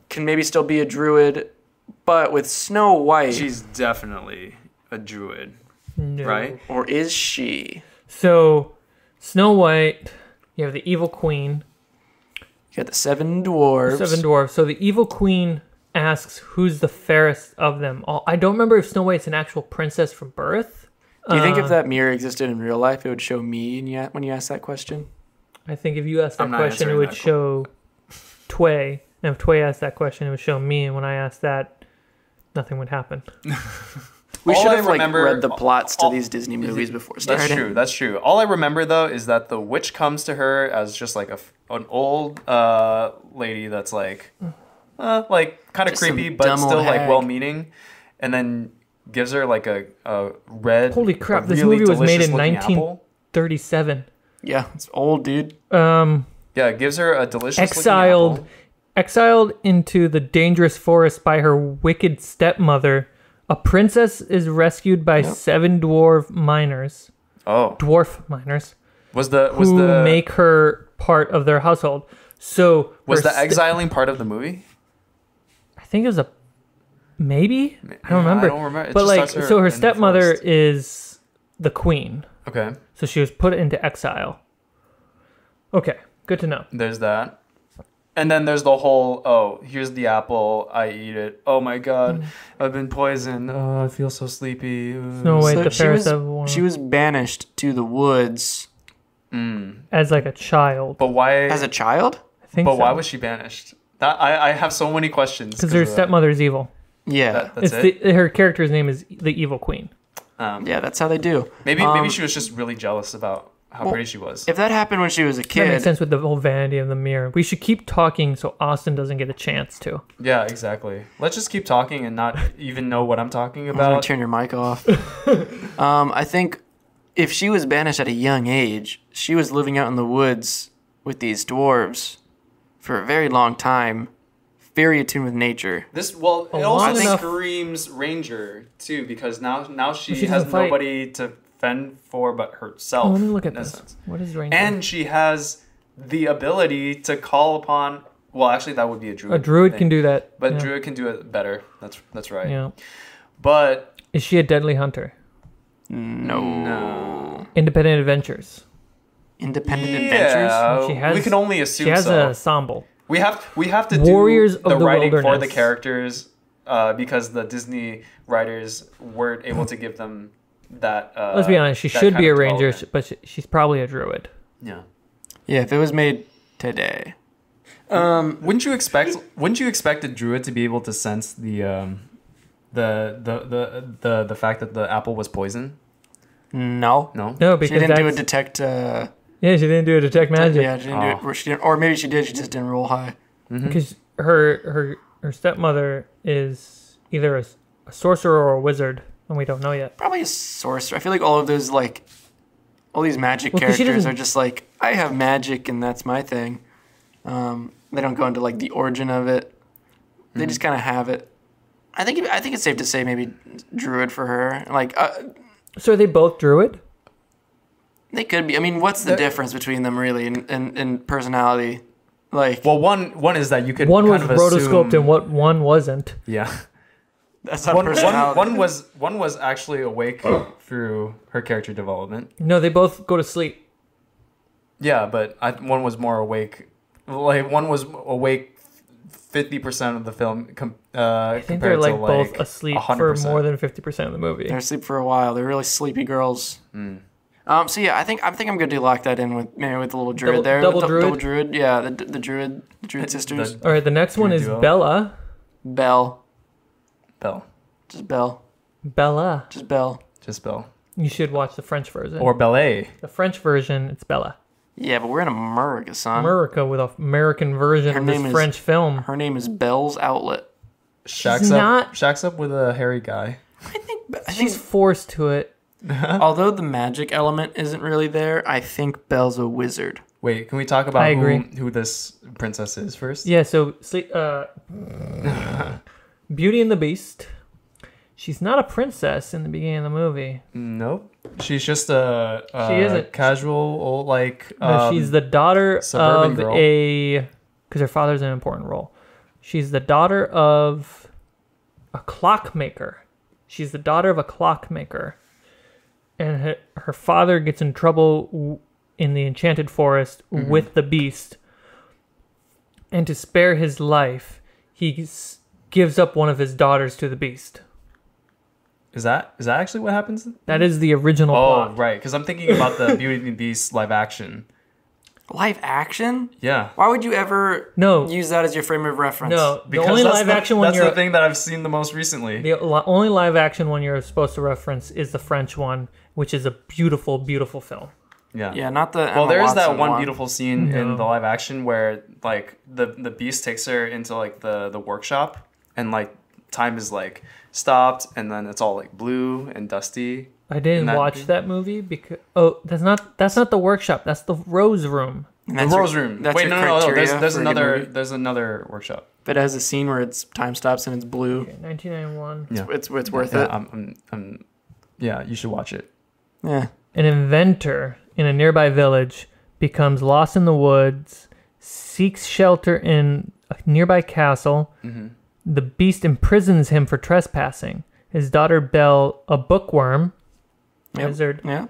S2: can maybe still be a druid, but with Snow White,
S4: She's definitely a druid,
S1: No.
S4: right?
S2: or is she?
S1: So, Snow White, you have the evil queen,
S2: You got the seven dwarves.
S1: seven dwarves. So the evil queen asks, "Who's the fairest of them all?" I don't remember if Snow White's an actual princess from birth.
S2: Do you think
S1: Uh,
S2: if that mirror existed in real life, it would show me in ya- when you ask that question?
S1: I think if you asked that
S4: I'm not
S1: question, it
S4: answering
S1: would
S4: that
S1: show Tway, and if Tway asked that question, it would show me. And when I asked that, nothing would happen.
S2: We
S4: All
S2: should
S4: I
S2: have like
S4: remember-
S2: read the plots to
S4: all-
S2: these Disney movies before starting.
S4: That's true. That's true. All I remember though is that the witch comes to her as just like a f- an old uh, lady that's like, uh, like kind of
S2: Just some
S4: creepy
S2: dumb
S4: but
S2: old
S4: still like
S2: hag.
S4: well-meaning, and then gives her like a, a red.
S1: Holy crap,
S4: a
S1: this
S4: really
S1: movie was made in
S4: delicious-looking
S1: 19
S4: apple.
S1: Thirty-seven.
S2: Yeah, it's old, dude.
S1: Um,
S4: Yeah, gives her a delicious.
S1: exiled, exiled into the dangerous forest by her wicked stepmother. A princess is rescued by seven dwarf miners,
S4: Oh,
S1: dwarf miners,
S4: was the was
S1: who
S4: the
S1: make her part of their household. So
S4: was
S1: her
S4: the
S1: st-
S4: exiling part of the movie?
S1: I think it was a maybe. I
S4: Yeah, I
S1: don't remember.
S4: don't remember. It
S1: But
S4: just
S1: like,
S4: starts her
S1: so
S4: in
S1: her
S4: the
S1: stepmother
S4: forest.
S1: is the queen.
S4: Okay,
S1: So she was put into exile. Okay, good to know.
S4: there's that. And then there's the whole, oh, here's the apple, I eat it. Oh my
S1: Mm.
S4: god, I've been poisoned. Oh, I feel so sleepy. Uh,
S1: No way,
S2: Mm, So
S1: the
S2: she
S1: fairest
S2: was,
S1: of one
S2: she was banished to the woods
S1: as like a child.
S4: But why?
S2: as a child.
S1: I think
S4: but
S1: so.
S4: why was she banished? That I, I have so many questions.
S1: because her
S4: of that.
S1: stepmother's evil.
S2: Yeah,
S4: That- that's
S1: It's
S4: it.
S1: the, her character's name is the Evil Queen.
S4: um,
S2: yeah, that's how they do.
S4: maybe
S2: Um,
S4: maybe she was just really jealous about how
S2: Well,
S4: pretty she was.
S2: If that happened when she was a
S1: That makes
S2: kid,
S1: sense with the whole vanity of the mirror. We should keep talking so Austin doesn't get a chance to.
S4: yeah, exactly. Let's just keep talking and not even know what I'm talking
S2: I'm gonna
S4: about.
S2: turn your mic off. um, I think if she was banished at a young age, she was living out in the woods with these dwarves for a very long time, very attuned with nature.
S4: This well, it
S1: long
S4: also
S1: enough-
S4: screams ranger too because now now she,
S1: She
S4: has
S1: doesn't fight.
S4: nobody to fend for but herself.
S1: Oh, let me look at
S4: in a
S1: this.
S4: sense.
S1: What is Ranger?
S4: And she has the ability to call upon. Well, actually, that would be a druid.
S1: a druid
S4: thing.
S1: can do that.
S4: But
S1: yeah.
S4: druid can do it better. That's that's right.
S1: Yeah.
S4: But
S1: Is she a deadly hunter?
S2: No,
S4: no.
S1: Independent adventures.
S2: independent adventures.
S4: Yeah,
S1: She has-
S4: we can only assume
S1: She has
S4: so.
S1: an ensemble.
S4: we have we have to
S1: Warriors
S4: do
S1: of
S4: the,
S1: the
S4: writing for the
S1: Wilderness.
S4: characters uh, because the Disney writers weren't able to give them that. Uh,
S1: Let's be honest. She
S4: that
S1: should
S4: kind
S1: be a
S4: of
S1: ranger,
S4: development.
S1: but she, she's probably a druid.
S4: Yeah.
S2: Yeah, if it was made today,
S4: Um, Wouldn't you expect? Wouldn't you expect a druid to be able to sense the, um, the, the the the the fact that the apple was poison?
S2: No.
S3: No.
S1: No,
S2: she
S1: because
S2: didn't do a
S1: that's,
S2: detect. Uh,
S1: yeah, she didn't do a detect magic.
S2: yeah, she didn't do
S3: Oh.
S2: it. Or, she didn't, or maybe she did. She just didn't roll high.
S1: because her her her stepmother is either a, s- a sorcerer or a wizard, and we don't know yet.
S2: Probably a sorcerer. I feel like all of those like, all these magic
S1: 'cause she
S2: characters
S1: doesn't-
S2: are just like I have magic and that's my thing. Um, they don't go into like the origin of it.
S1: Mm.
S2: They just kind of have it. I think I think it's safe to say maybe druid for her. Like uh,
S1: So are they both druid?
S2: they could be. I mean, what's the difference between them really in in, in personality? Like
S4: Well, one one is that you could
S1: One was
S4: kind of
S1: rotoscoped
S4: assume-
S1: and what one wasn't.
S4: yeah.
S2: that's not
S4: One, one,
S2: personality.
S4: one was one was actually awake through her character development.
S1: No, they both go to sleep.
S4: Yeah, but I, one was more awake. Like one was awake fifty percent of the film. Com, uh,
S1: I think they're like, both asleep for more than fifty percent of the movie.
S2: They're asleep for a while. They're really sleepy girls.
S4: Hmm.
S2: Um, so yeah, I think I think I'm good to lock that in with maybe with a little
S1: Double-
S2: druid there.
S1: double
S2: the, dou-
S1: druid?
S2: double druid. Yeah, the, the druid, the druid sisters.
S4: the
S1: All right, the next one is
S4: duo.
S1: Bella.
S2: Bell,
S4: Bell,
S2: just Bell,
S1: Bella.
S2: just Bell.
S4: just Bell
S1: You should watch the French version.
S4: or ballet.
S1: the French version, it's Bella.
S2: Yeah, but we're in America, son.
S1: America with an American version
S2: Her
S1: of this
S2: name is-
S1: French film.
S2: Her name is Bell's Outlet.
S4: Shacks
S1: She's
S4: up,
S1: not-
S4: shacks up with a hairy guy.
S2: I think. I
S1: She's
S2: think
S1: forced to it.
S4: uh,
S2: although the magic element isn't really there, I think Bell's a wizard.
S4: Wait, can we talk about
S1: I
S4: who,
S1: agree.
S4: who this princess is first?
S1: Yeah, so sleep, uh, Beauty and the Beast. She's not a princess in the beginning of the movie.
S4: Nope. She's just a, a
S1: She isn't.
S4: casual old like
S1: No,
S4: um,
S1: she's the daughter
S4: suburban
S1: of
S4: girl.
S1: a because her father's an important role. She's the daughter of a clockmaker. She's the daughter of a clockmaker, and her, her father gets in trouble w- in the Enchanted Forest
S4: Mm-hmm.
S1: with the Beast. And to spare his life, he s- gives up one of his daughters to the Beast.
S4: Is that is that actually what happens?
S1: That is the original
S4: Oh,
S1: plot.
S4: right. Because I'm thinking about the Beauty and the Beast live action.
S2: Live action?
S4: Yeah.
S2: Why would you ever
S1: No.
S2: use that as your frame of reference?
S1: No, the only
S4: that's
S1: live
S4: the-
S1: action one
S4: That's
S1: you're
S4: the thing that I've seen the most recently.
S1: The li- only live action one you're supposed to reference is the French one, which is a beautiful, beautiful film.
S4: Yeah.
S2: Yeah, not the.
S4: Well,
S2: Emma
S4: there is that
S2: Watson
S4: one beautiful scene in
S1: No.
S4: the live action where like the the beast takes her into like the the workshop and like time is like stopped and then it's all like blue and dusty.
S1: I didn't
S4: that-
S1: watch that movie because oh, that's not that's not the workshop. That's the Rose Room.
S2: And
S4: The
S2: that's your-
S4: Rose Room.
S2: That's
S4: Wait,
S2: your
S4: no, no, no, no. There's
S2: criteria
S4: there's
S2: for a good
S4: another
S2: movie?
S4: there's another workshop.
S2: But it has a scene where it's time stops and it's blue.
S1: 1991.
S4: Yeah.
S2: It's it's worth
S4: Yeah,
S2: it.
S4: I'm, I'm, I'm, yeah, you should watch it.
S2: Yeah.
S1: An inventor in a nearby village becomes lost in the woods, seeks shelter in a nearby castle. The beast imprisons him for trespassing. His daughter Belle, a bookworm,
S2: Yep.
S1: wizard,
S2: Yeah.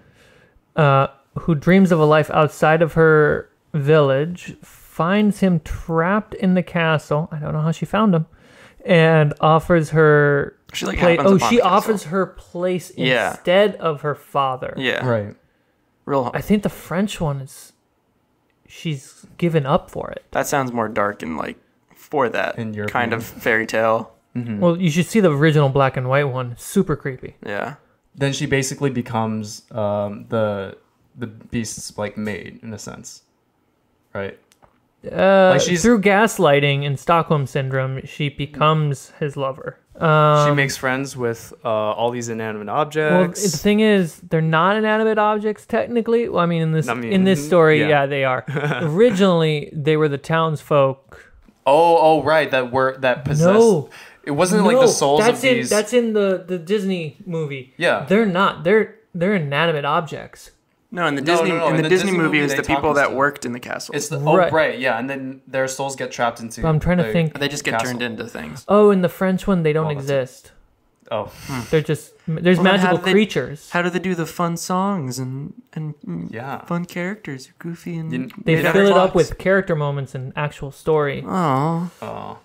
S1: uh, who dreams of a life outside of her village, finds him trapped in the castle. I don't know how she found him, and offers her.
S2: She like
S1: Play-
S2: happens
S1: oh,
S2: upon
S1: she
S2: the castle.
S1: offers her place
S2: Yeah.
S1: instead of her father.
S2: Yeah.
S4: Right.
S2: Real.
S1: I think the French one is. She's given up for it.
S2: That sounds more dark and like for that
S4: In Europe,
S2: kind
S4: yeah.
S2: of fairy tale.
S1: Well, you should see the original black and white one. Super creepy.
S2: Yeah.
S4: Then she basically becomes um, the the beast's like maid in a sense, right?
S1: Uh,
S4: Like, she's-
S1: through gaslighting and Stockholm syndrome, she becomes his lover. Um,
S4: she makes friends with uh, all these inanimate
S1: Well, the
S4: objects.
S1: thing is, they're not inanimate objects technically. Well, I mean, in this
S4: I mean,
S1: in this story,
S4: yeah.
S1: yeah, they are. Originally, they were the townsfolk.
S4: oh, oh, right. That were that possessed.
S1: No.
S4: It wasn't like the souls
S1: that's
S4: of
S1: in,
S4: these.
S1: That's in the the Disney movie.
S4: Yeah.
S1: they're not. They're they're inanimate objects.
S2: No, in the Disney
S4: no, no,
S2: in the, Disney, movie, it was
S4: they
S2: the
S4: talk
S2: people
S4: and
S2: that
S4: stuff.
S2: worked in the castle.
S4: It's the
S1: Right.
S4: oh right yeah, and then their souls get trapped into.
S1: But I'm trying to
S4: the-
S1: think.
S2: they just get
S4: castle.
S2: turned into things.
S1: Oh, in the French one, they don't
S4: Well, that's it.
S1: exist.
S4: Oh
S1: They're just there's
S2: Well, then how
S1: magical
S2: do they-
S1: creatures.
S2: How do they do the fun songs and and mm,
S4: yeah.
S2: fun characters? Goofy and
S4: You-
S1: They
S2: made out
S1: fill
S2: of
S1: it up
S2: clocks.
S1: with character moments and actual story.
S4: Um,
S2: Oh,
S4: Oh,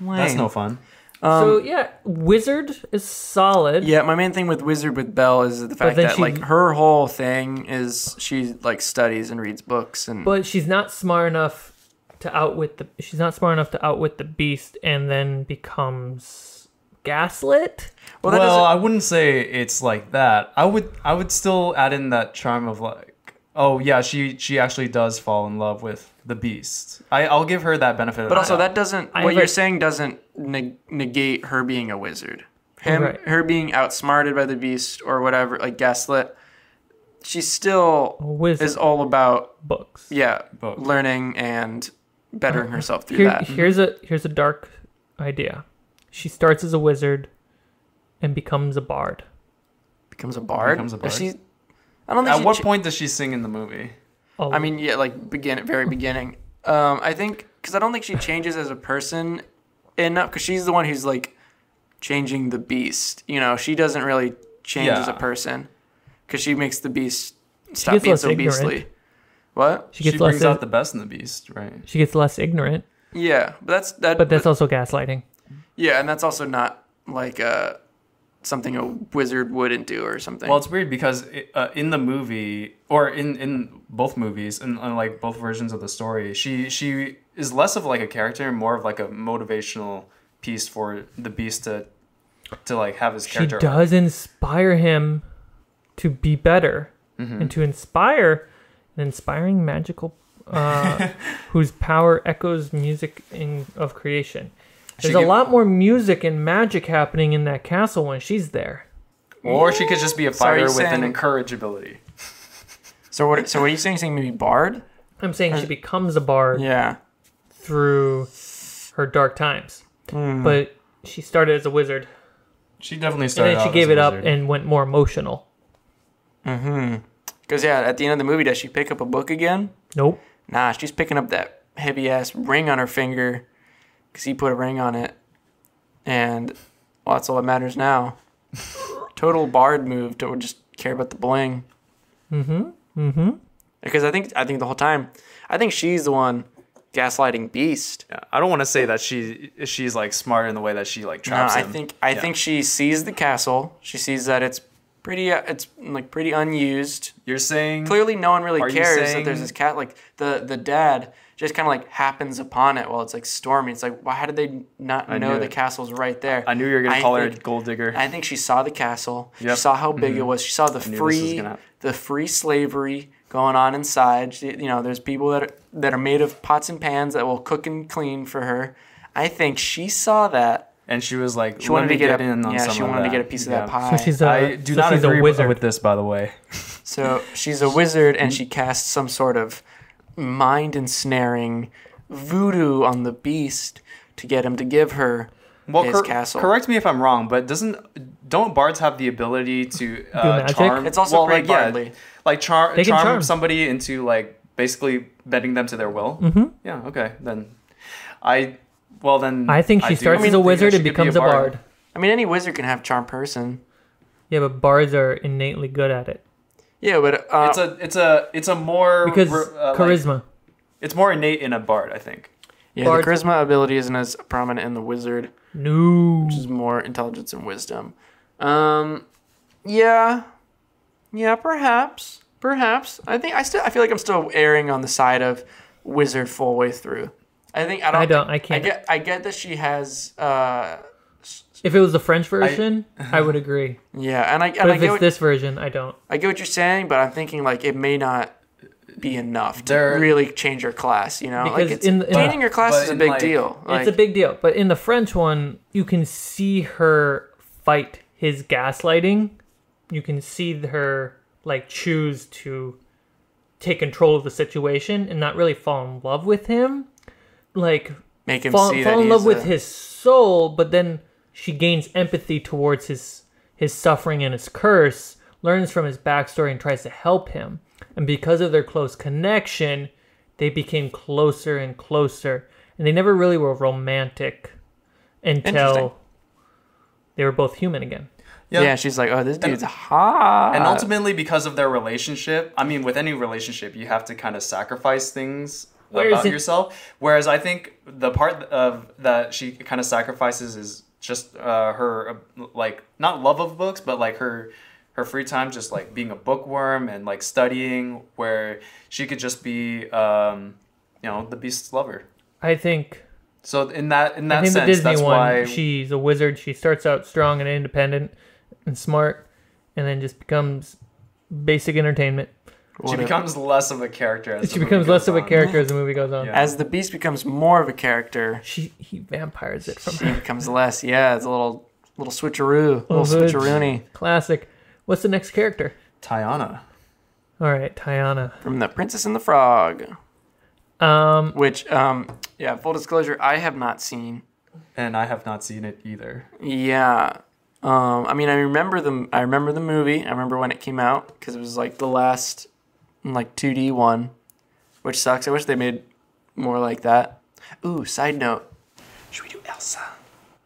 S2: lame.
S4: that's no fun.
S1: so yeah, Wizard is solid.
S2: Yeah, my main thing with Wizard with Belle is the fact
S1: then
S2: that
S1: she-
S2: like her whole thing is she like studies and reads books and
S1: but she's not smart enough to outwit the she's not smart enough to outwit the beast and then becomes gaslit
S2: Well, that
S4: well,
S2: doesn't-
S4: I wouldn't say it's like that. I would I would still add in that charm of like, oh yeah, she she actually does fall in love with the beast. I I'll give her that benefit. of
S2: But
S4: the
S2: also,
S4: doubt.
S2: that doesn't.
S1: I
S2: what you're
S1: like-
S2: saying doesn't neg- negate her being a wizard. Him,
S1: Right.
S2: her being outsmarted by the beast or whatever, like gaslit. She still
S1: Wizard
S2: is all about
S1: books.
S2: yeah,
S4: Both.
S2: learning and bettering herself through
S1: Here,
S2: that.
S1: here's a here's a dark idea. She starts as a wizard and becomes a bard.
S2: becomes a bard.
S4: Becomes a
S2: Does
S4: bard.
S2: she- I don't think.
S4: At
S2: she
S4: what
S2: cha-
S4: point does she sing in the movie?
S1: Oh,
S2: I mean, yeah, like begin at very beginning. Um, I think because I don't think she changes as a person enough because she's the one who's like changing the beast. You know, she doesn't really change as a
S4: Yeah.
S2: person because she makes the beast stop
S1: gets
S2: being
S1: less
S2: so
S1: ignorant.
S2: beastly. What?
S1: she
S4: She,
S1: gets less
S4: brings
S1: ig-
S4: out the best in the beast, right?
S1: she gets less ignorant,
S2: Yeah, but that's that.
S1: but that's also gaslighting.
S2: yeah, and that's also not like uh, something a wizard wouldn't do or something.
S4: Well, it's weird because it, uh, in the movie, or in in both movies, and uh, like both versions of the story, she she is less of like a character and more of like a motivational piece for the beast to to like have his
S1: She
S4: character. arc.
S1: does inspire him to be better
S4: Mm-hmm.
S1: and to inspire an inspiring magical uh, whose power echoes music in, of creation. There's a
S4: could-
S1: lot more music and magic happening in that castle when she's there.
S4: Or she could just be a
S2: Sorry,
S4: fighter
S2: you're
S4: with
S2: saying-
S4: an encourageability.
S2: so what? So what are you saying? Saying maybe bard?
S1: I'm saying
S4: Uh,
S1: she becomes a bard
S2: Yeah.
S1: through her dark times, but she started as a wizard
S4: She definitely
S1: and
S4: started.
S1: then she
S4: out
S1: gave
S4: as
S1: it
S4: a
S1: up
S4: wizard.
S1: and went more emotional.
S2: Because Mm-hmm. yeah, at the end of the movie, does she pick up a book again?
S1: Nope.
S2: Nah, she's picking up that heavy ass ring on her finger because he put a ring on it. And well, that's all that matters now. Total bard move to just care about the bling. Mm hmm. Mm hmm. Because I think, I think the whole time, I think she's the one gaslighting Beast.
S4: Yeah, I don't want to say that she she's like smart in the way that she like
S2: No,
S4: traps
S2: Uh, I
S4: him.
S2: think I think she sees the castle. She sees that it's pretty, uh, it's like pretty unused.
S4: you're saying
S2: Mm-hmm. clearly no one really
S4: Are you
S2: cares that
S4: saying-
S2: there's this cat like the the dad just kind of like happens upon it while it's like stormy it's like why how did they not know
S4: knew
S2: the
S4: it.
S2: castle's right there
S4: I knew you were gonna call her
S2: think-
S4: gold digger.
S2: I think she saw the castle. She
S4: Yep. Mm-hmm.
S2: saw how big it was. She saw the
S4: this was
S2: free,
S4: gonna happen.
S2: the free slavery going on inside. She, you know, there's people that are, that are made of pots and pans that will cook and clean for her. I think she saw that.
S4: and she was like,
S2: She wanted to get a,
S4: in on
S2: yeah.
S4: some
S2: She
S4: of
S2: wanted to
S4: that."
S2: get a piece of
S4: Yeah.
S2: that pie.
S1: So she's a,
S4: Oh, I do
S1: so
S4: not
S1: she's
S4: agree
S1: a
S4: with-
S1: wizard.
S4: with this, by the way.
S2: So she's a wizard and she casts some sort of mind ensnaring voodoo on the beast to get him to give her
S4: Well,
S2: his
S4: cor-
S2: castle.
S4: correct me if I'm wrong, but doesn't don't bards have the ability to uh,
S1: magic?
S4: charm?
S2: It's also
S4: well,
S2: pretty
S4: like, yeah,
S2: bardly.
S4: like char-
S1: They can
S4: charm,
S1: charm.
S4: somebody into like basically bending them to their will. Mm-hmm. Yeah. Okay. Then I. Well then.
S1: I think she
S4: do
S1: starts
S4: think
S1: as a
S4: that
S1: wizard
S4: she
S1: and
S4: could be
S1: becomes a bard.
S2: I mean, any wizard can have charm person.
S1: Yeah, but bards are innately good at it
S2: Yeah, but uh,
S4: It's a it's a it's a more
S1: because
S4: re- uh, like-
S1: charisma.
S4: it's more innate in a bard, I think.
S2: yeah,
S1: bard-
S2: the charisma ability isn't as prominent in the wizard.
S1: no,
S2: It's more intelligence and wisdom. Um, yeah, yeah, perhaps, perhaps. I think I still I feel like I'm still erring on the side of wizard full way through. I think I don't.
S1: I don't. I
S2: I
S1: can't.
S2: get. I get that she has. Uh,
S1: if it was the French version, I, would agree.
S2: yeah, and I and
S1: But
S2: I
S1: if
S2: get,
S1: it's
S2: what,
S1: this version, I don't.
S2: I get what you're saying, but I'm thinking like it may not be enough to
S4: There-
S2: really change your class. You know, like
S1: Because
S2: it's,
S1: in the- in the-
S2: changing your class
S4: but
S2: is a
S4: in,
S2: big
S4: like-
S2: deal. Like,
S1: it's a big deal. But in the French one, you can see her fight his gaslighting. You can see her like choose to take control of the situation and not really fall in love with him. Like
S2: make him
S1: fall,
S2: see
S1: fall
S2: that
S1: in
S2: he's
S1: love
S2: a-
S1: with his soul, but then she gains empathy towards his his suffering and his curse, learns from his backstory and tries to help him. And because of their close connection, they became closer and closer, and they never really were romantic
S2: Interesting.
S1: until they were both human again.
S2: Yeah. she's like, oh, this dude's hot.
S1: Uh,
S4: And ultimately, because of their relationship, I mean, with any relationship, you have to kind of sacrifice things
S1: Whereas
S4: about
S1: it-
S4: yourself. Whereas I think the part of that she kind of sacrifices is just uh, her uh, like not love of books, but like her her free time, just like being a bookworm and like studying, where she could just be um, you know the beast's lover.
S1: I think
S4: So in that in
S1: I
S4: that
S1: think the
S4: sense,
S1: Disney
S4: that's
S1: one,
S4: why
S1: she's a wizard. She starts out strong and independent and smart, and then just becomes basic entertainment.
S4: she
S2: Whatever.
S4: becomes less of a character. As
S1: She
S4: the movie
S1: becomes less
S4: goes
S1: of a
S4: on.
S1: character as the movie goes on.
S4: Yeah.
S2: As the beast becomes more of a character,
S1: She he vampires it from
S2: she
S1: her.
S2: becomes less. Yeah, it's a little little switcheroo, little
S1: Little bit.
S2: switcheroony
S1: Classic. What's the next character?
S4: Tiana.
S1: All right, Tiana.
S2: from the Princess and the Frog,
S1: Um,
S2: which um yeah, full disclosure, I have not seen.
S4: And I have not seen it either.
S2: Yeah. Um, I mean, I remember the I remember the movie. I remember when it came out because it was like the last, like two D one, which sucks. I wish they made more like that. Ooh, side note, should we do Elsa?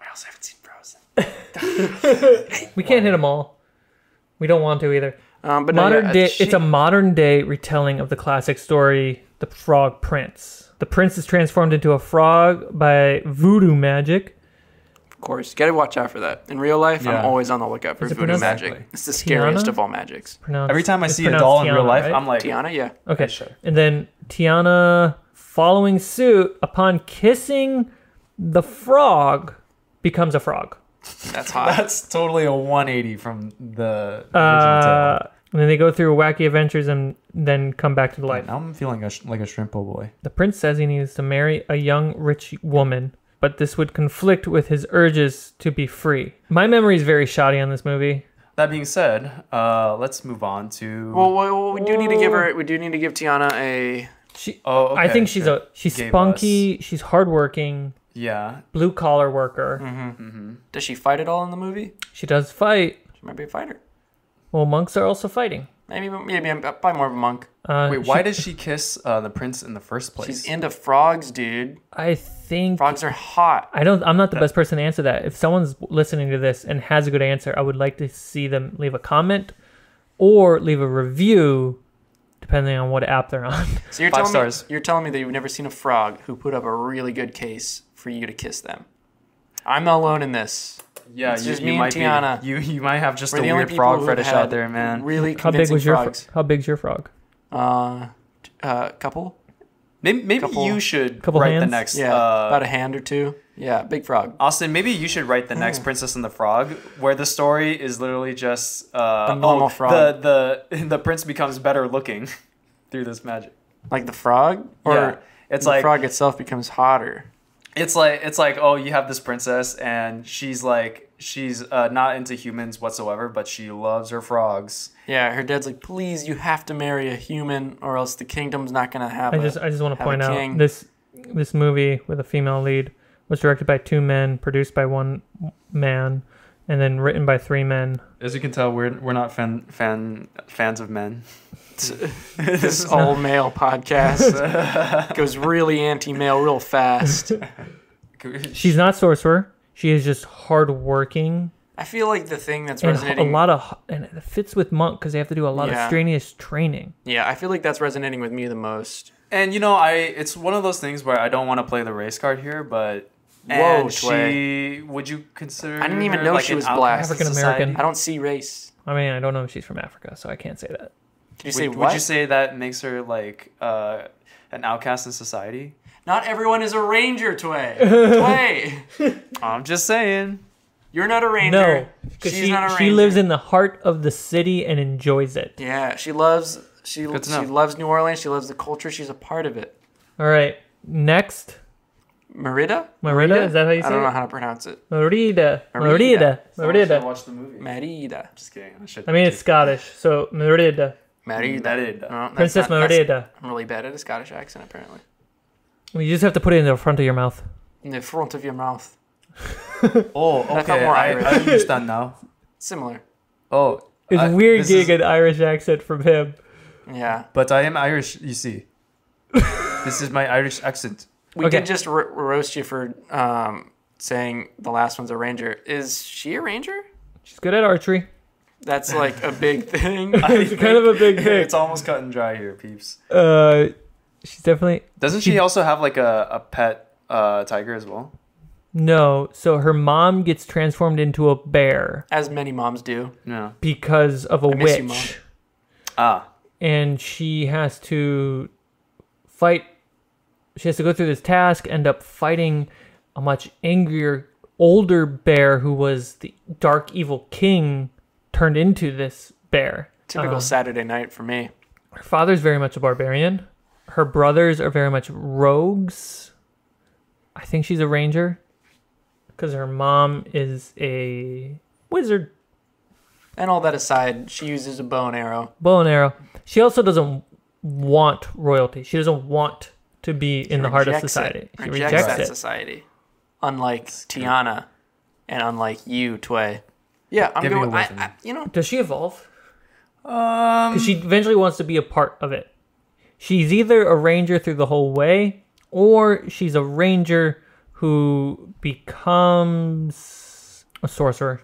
S2: Or else I haven't seen Frozen.
S1: we can't hit them all. We don't want to either.
S2: Um, but no,
S1: Modern
S2: yeah,
S1: day.
S2: she-
S1: It's a modern day retelling of the classic story, The Frog Prince. The prince is transformed into a frog by voodoo magic.
S2: of course. You gotta watch out for that. In real life,
S4: Yeah.
S2: I'm always on the lookout for
S1: Is it
S2: voodoo
S1: pronounced-
S2: magic.
S4: Exactly.
S2: It's the scariest
S1: Tiana?
S2: of all magics.
S1: Pronounced,
S4: Every time I
S1: it's
S4: see a
S1: pronounced
S4: doll in real
S1: Tiana,
S4: life,
S1: right?
S4: I'm like,
S2: Tiana, yeah.
S1: Okay.
S4: Sure.
S1: And then Tiana, following suit upon kissing the frog, becomes a frog.
S2: That's hot.
S4: that's totally a 180 from the original
S1: Uh,
S4: tale.
S1: and then they go through wacky adventures and then come back to life.
S4: Now I'm feeling a sh- like a shrimp oh boy.
S1: The prince says he needs to marry a young, rich woman, but this would conflict with his urges to be free. My memory is very shoddy on this movie.
S4: That being said, uh, let's move on to.
S2: well, well, we do need to give her. We do need to give Tiana a.
S1: She,
S4: oh, okay,
S1: I think she's
S4: sure.
S1: a she's
S4: Gave
S1: spunky, she's hardworking,
S4: Yeah,
S1: blue collar worker.
S4: Mm-hmm.
S2: Does she fight at all in the movie?
S1: She does fight.
S2: She might be a fighter.
S1: Well, monks are also fighting.
S2: Maybe, maybe I'm probably more of a monk.
S1: Uh,
S4: Wait, why does she kiss uh, the prince in the first place?
S2: She's into frogs, dude.
S1: I think
S2: Frogs are hot.
S1: I don't. I'm not the
S2: Uh,
S1: best person to answer that. If someone's listening to this and has a good answer, I would like to see them leave a comment or leave a review, depending on what app they're on.
S2: So you're
S4: Five
S2: telling
S4: stars.
S2: me you're telling me that you've never seen a frog who put up a really good case for you to kiss them. I'm not alone in this.
S4: yeah,
S2: it's
S4: you,
S2: just
S4: you
S2: me and
S4: might be-
S2: Tiana.
S4: you you might have just
S2: We're
S4: a
S2: the only
S4: weird
S2: people
S4: frog
S2: who've
S4: fetish
S2: had
S4: out there, man.
S2: Really
S1: How big
S2: convincing
S1: was your fro-
S2: frogs.
S1: How big's your frog?
S2: Uh, t- uh, couple.
S4: Maybe, maybe
S2: Couple-
S4: you should
S1: Couple
S4: write the
S1: hands?
S4: next.
S2: Yeah,
S4: uh,
S2: about a hand or two. Yeah, big frog.
S4: Austin, maybe you should write the
S2: Hmm.
S4: next Princess and the Frog, where the story is literally just uh,
S2: The normal
S4: oh,
S2: frog.
S4: The the the prince becomes better looking through this magic.
S2: Like the frog, or
S4: Yeah, it's
S2: the
S4: like
S2: frog itself becomes hotter.
S4: it's like it's like oh you have this princess and she's like she's uh, not into humans whatsoever but she loves her frogs
S2: Yeah, her dad's like, please, you have to marry a human, or else the kingdom's not gonna have.
S1: I
S2: a-
S1: just I just want to
S2: have a
S1: point out
S2: king.
S1: this this movie with a female lead was directed by two men, produced by one man, and then written by three men.
S4: as you can tell we're we're not fan fan fans of men
S2: this all male podcast goes really anti male real fast.
S1: She's not sorcerer. She is just hardworking
S2: I feel like the thing that's
S1: and a
S2: resonating.
S1: lot of and it fits with monk because they have to do a lot of
S2: Yeah.
S1: strenuous training.
S2: yeah, I feel like that's resonating with me the most.
S4: and you know I it's one of those things where I don't want to play the race card here but
S2: Whoa,
S4: and
S2: Sway.
S4: she would you consider
S2: I didn't even
S4: her
S2: know
S4: like
S2: she
S4: an
S2: was
S4: outcast
S2: black.
S4: in
S1: African-American.
S4: society?
S2: I don't see race.
S1: I mean, I don't know if she's from Africa, so I can't say that.
S2: Did you
S4: Would,
S2: say
S4: would
S2: what?
S4: you say that makes her like uh, an outcast in society
S2: not everyone is a ranger, Tway. Tway,
S4: I'm just saying
S2: you're not a ranger.
S1: No, because
S2: she's
S1: she,
S2: not a ranger.
S1: she lives in the heart of the city and enjoys it.
S2: Yeah, she loves. She
S4: Good to
S2: she
S4: know.
S2: loves New Orleans. She loves the culture. She's a part of it.
S1: All right, next,
S2: Merida.
S1: Merida. Is that how you
S2: I don't
S1: say
S2: know
S1: it?
S2: how to pronounce it.
S1: Merida, Merida,
S2: Merida.
S1: Merida.
S4: watch the movie
S2: Merida.
S4: just kidding I, should
S1: I mean, it's Scottish, so Merida,
S2: Merida.
S4: Merida.
S2: No, that's
S1: Princess
S2: not- that's-
S1: Merida.
S2: I'm really bad at a Scottish accent, apparently.
S1: You just have to put it in the front of your mouth.
S2: In the front of your mouth.
S4: Oh,
S2: I
S4: okay.
S2: felt more
S4: I,
S2: Irish.
S4: I understand now.
S2: Similar.
S4: Oh,
S1: It's
S2: Uh,
S4: I-
S1: weird
S4: this
S1: getting
S4: is-
S1: an Irish accent from him.
S2: Yeah.
S4: but I am Irish. You see, this is my Irish accent.
S2: We
S1: Okay.
S2: did just ro- roast you for um, saying the last one's a ranger. Is she a ranger?
S1: She's good at archery.
S2: That's like a big thing.
S1: It's kind of a big thing.
S4: it's almost cut and dry here, peeps.
S1: Uh, she's definitely
S4: Doesn't she also have like a, a pet uh, tiger as well?
S1: no. So her mom gets transformed into a bear
S2: As many moms do.
S4: No.
S1: because of a
S2: miss you,
S1: witch,
S4: Ah,
S1: and she has to fight she has to go through this task, end up fighting a much angrier, older bear who was the dark evil king turned into this bear.
S2: Typical Saturday night for me.
S1: Her father's very much a barbarian. Her brothers are very much rogues. I think she's a ranger because her mom is a wizard
S2: And all that aside, she uses a bow and arrow.
S1: bow and arrow. She also doesn't want royalty. She doesn't want to be in the heart of
S2: Rejects it.
S1: society. She
S2: Rejects,
S1: rejects,
S2: that
S1: it.
S2: society. Unlike Tiana, and unlike you, Tway. Yeah, I'm
S4: Give
S2: good.
S4: me a
S2: With, I,
S4: weapon.
S2: I, you know,
S1: Does she evolve? Um, she eventually wants to be a part of it. She's either a ranger through the whole way, or she's a ranger who becomes a sorcerer.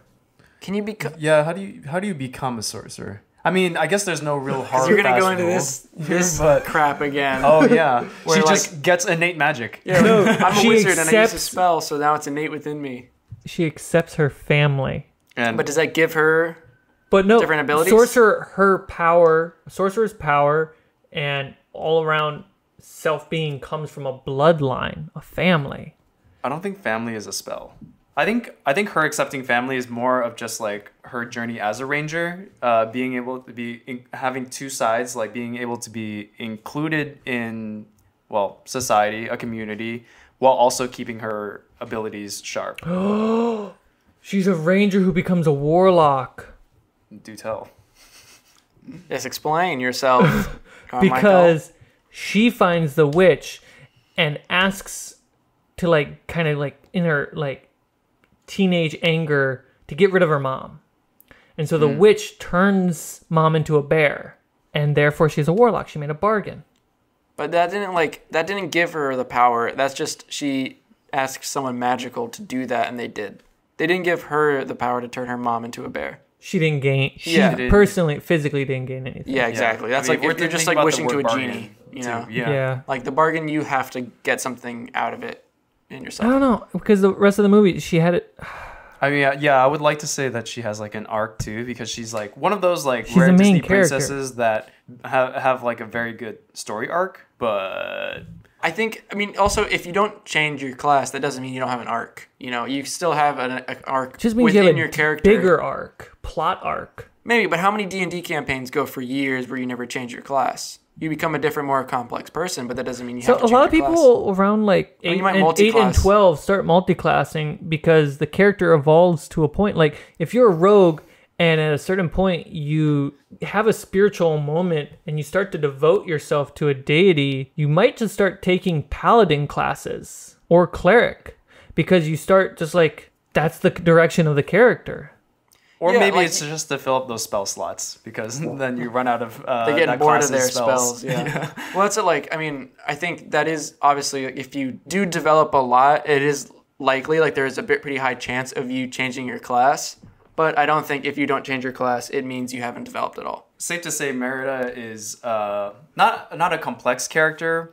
S2: can you be? co-
S4: Yeah, how do you how do you become a sorcerer? I mean, I guess there's no real hard.
S2: You're gonna
S4: fast
S2: go into
S4: rule
S2: this
S4: here,
S2: this
S4: but-
S2: crap again.
S4: Oh yeah, she
S2: Where, like-
S4: just gets innate magic.
S2: Yeah, I'm
S1: she
S2: a wizard and I use a
S1: accepts-
S2: spell, so now it's innate within me.
S1: She accepts her family.
S4: And
S2: But does that give her?
S1: But no,
S2: Different abilities?
S1: Sorcerer, her power, sorcerer's power, and all around self being comes from a bloodline, a family.
S4: I don't think family is a spell. I think I think her accepting family is more of just like her journey as a ranger, uh, being able to be in, having two sides, like being able to be included in well society, a community, while also keeping her abilities sharp.
S1: She's a ranger who becomes a warlock
S4: Do tell.
S2: Yes, explain yourself. Carmichael.
S1: because she finds the witch and asks to like kind of like in her like teenage anger to get rid of her mom. And so the
S2: Hmm.
S1: witch turns mom into a bear and therefore she's a warlock. She made a bargain.
S2: But that didn't like that didn't give her the power. That's just she asked someone magical to do that, and they did. They didn't give her the power to turn her mom into a bear.
S1: She didn't gain she
S2: Yeah.
S1: personally physically didn't gain anything.
S2: Yeah, exactly. That's
S4: I mean,
S2: like
S4: we're
S2: if you're just like
S4: thinking about the
S2: wishing to a
S4: word bargain,
S2: genie, you
S4: too.
S2: know.
S4: Yeah.
S1: yeah.
S2: Like the bargain, you have to get something out of it
S1: I
S2: in yourself.
S1: don't know because the rest of the movie she had it.
S4: I mean, yeah, yeah, I would like to say that she has like an arc too, because she's like one of those like
S1: She's
S4: rare
S1: the main
S4: Disney
S1: character.
S4: princesses that have, have like a very good story arc, but
S2: I think. I mean, also, if you don't change your class, that doesn't mean you don't have an arc. You know, you still have an, an arc
S1: Just means
S2: within
S1: you have a
S2: your character.
S1: bigger arc, plot arc.
S2: Maybe, but how many D and D campaigns go for years where you never change your class? You become a different, more complex person, but that doesn't mean you
S1: So
S2: have to
S1: a lot of
S2: change your
S1: people
S2: class.
S1: around like
S2: mean,
S1: eight
S2: you might
S1: and, eight and
S2: multi-class.
S1: twelve start multiclassing because the character evolves to a point. Like if you're a rogue and at a certain point you have a spiritual moment and you start to devote yourself to a deity, you might just start taking paladin classes or cleric because you start just like that's the direction of the character.
S4: Or
S2: Yeah,
S4: maybe
S2: like-
S4: it's just to fill up those spell slots because then you run out of uh,
S2: They're getting
S4: that
S2: bored of
S4: class's
S2: their spells. Yeah. Well, that's it. Like, I mean, I think that is obviously if you do develop a lot, it is likely like there is a bit pretty high chance of you changing your class. But I don't think if you don't change your class, it means you haven't developed at all.
S4: Safe to say, Merida is uh, not not a complex character,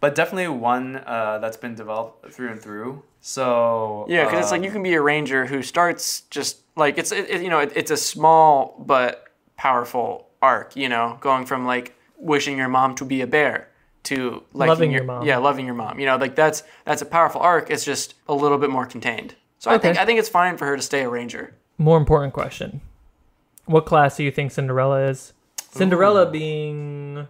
S4: but definitely one uh, that's been developed through and through. So
S2: Yeah, because
S4: uh,
S2: it's like you can be a ranger who starts just like it's it, it- you know it, it's a small but powerful arc. You know, going from like wishing your mom to be a bear to like
S1: Loving your mom.
S2: Yeah, loving your mom. You know, like that's that's a powerful arc. It's just a little bit more contained. So I think
S1: Okay.
S2: I think it's fine for her to stay a ranger.
S1: More important question. What class do you think Cinderella is? Cinderella being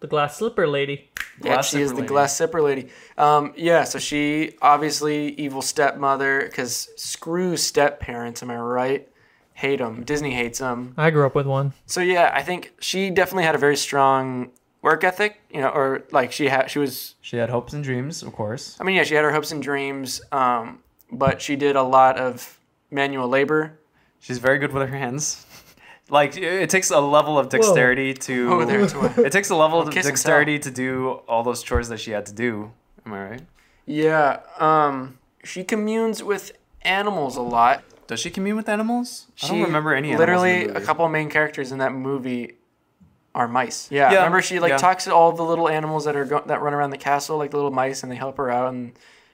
S1: the glass slipper lady.
S2: Yeah,
S4: Glass
S2: she is
S4: zipper
S2: the
S4: lady.
S2: glass zipper lady. Um, yeah, so she obviously evil stepmother because screw step parents. Am I right? Hate them. Disney hates them.
S1: I grew up with one.
S2: So yeah, I think she definitely had a very strong work ethic, you know, or like she had she was
S4: she had hopes and dreams, of course.
S2: I mean, yeah, she had her hopes and dreams, um, but she did a lot of manual labor.
S4: She's very good with her hands. Like it it takes a level of dexterity to
S2: Oh, there it's
S4: it takes a level of
S2: kiss and
S4: dexterity to do all those chores that she had to do. Am I right?
S2: Yeah, um, she communes with animals a lot.
S4: Does she commune with animals? I
S2: She-
S4: don't remember any. animals in the
S2: Literally, a
S4: movie.
S2: couple of main characters in that movie are mice. Yeah,
S4: Yeah,
S2: remember she like
S4: yeah.
S2: talks to all the little animals that are go- that run around the castle, like the little mice, and they help her out. And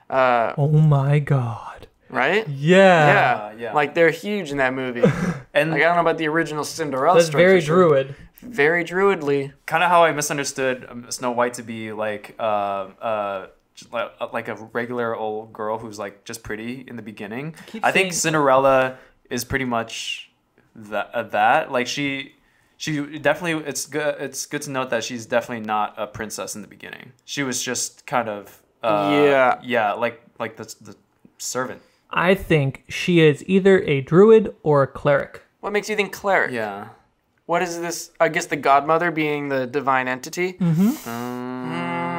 S2: uh,
S1: Oh my god.
S2: right?
S1: Yeah.
S2: Yeah.
S4: Uh, yeah.
S2: Like they're huge in that movie. like
S4: And
S2: I don't know about the original Cinderella
S1: That's
S2: story.
S1: very
S2: for sure.
S1: druid.
S2: Very druidly.
S4: kind of how I misunderstood um, Snow White to be like uh, uh, just li- uh, like a regular old girl who's like just pretty in the beginning.
S1: keep
S4: I think
S1: saying-
S4: Cinderella is pretty much that. Uh, that like she. She definitely. It's good. It's good to note that she's definitely not a princess in the beginning. She was just kind of. Uh,
S2: Yeah.
S4: Yeah. Like like the the servant.
S1: I think she is either a druid or a cleric.
S2: What makes you think cleric?
S4: Yeah.
S2: What is this? I guess the godmother being the divine entity.
S1: Hmm.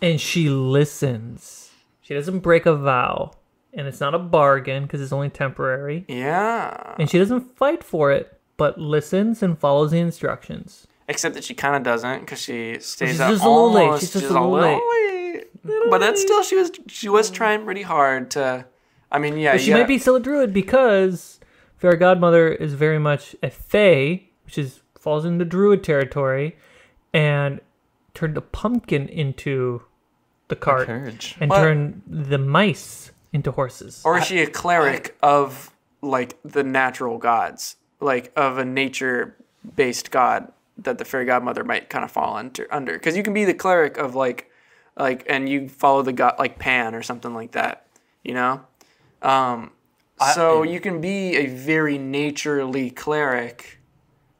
S1: And she listens. She doesn't break a vow. And it's not a bargain because it's only temporary.
S2: Yeah.
S1: And she doesn't fight for it, but listens and follows the instructions.
S2: Except that she kind of doesn't because she stays
S1: She's
S2: up
S1: just a little
S2: almost.
S1: late. She's just a little
S2: late. But that's still she was she was trying pretty hard to. I mean, yeah,
S1: But she
S2: yeah.
S1: might be still a druid because Fair Godmother is very much a fae, which is falls into druid territory, and turned a pumpkin into the cart
S4: Courage.
S1: and
S2: But-
S1: turned the mice into horses.
S2: Or is she a cleric of like the natural gods, like of a nature-based god that the fairy godmother might kind of fall under? Under because you can be the cleric of like, like, and you follow the god like Pan or something like that, you know. Um, so you can be a very naturally cleric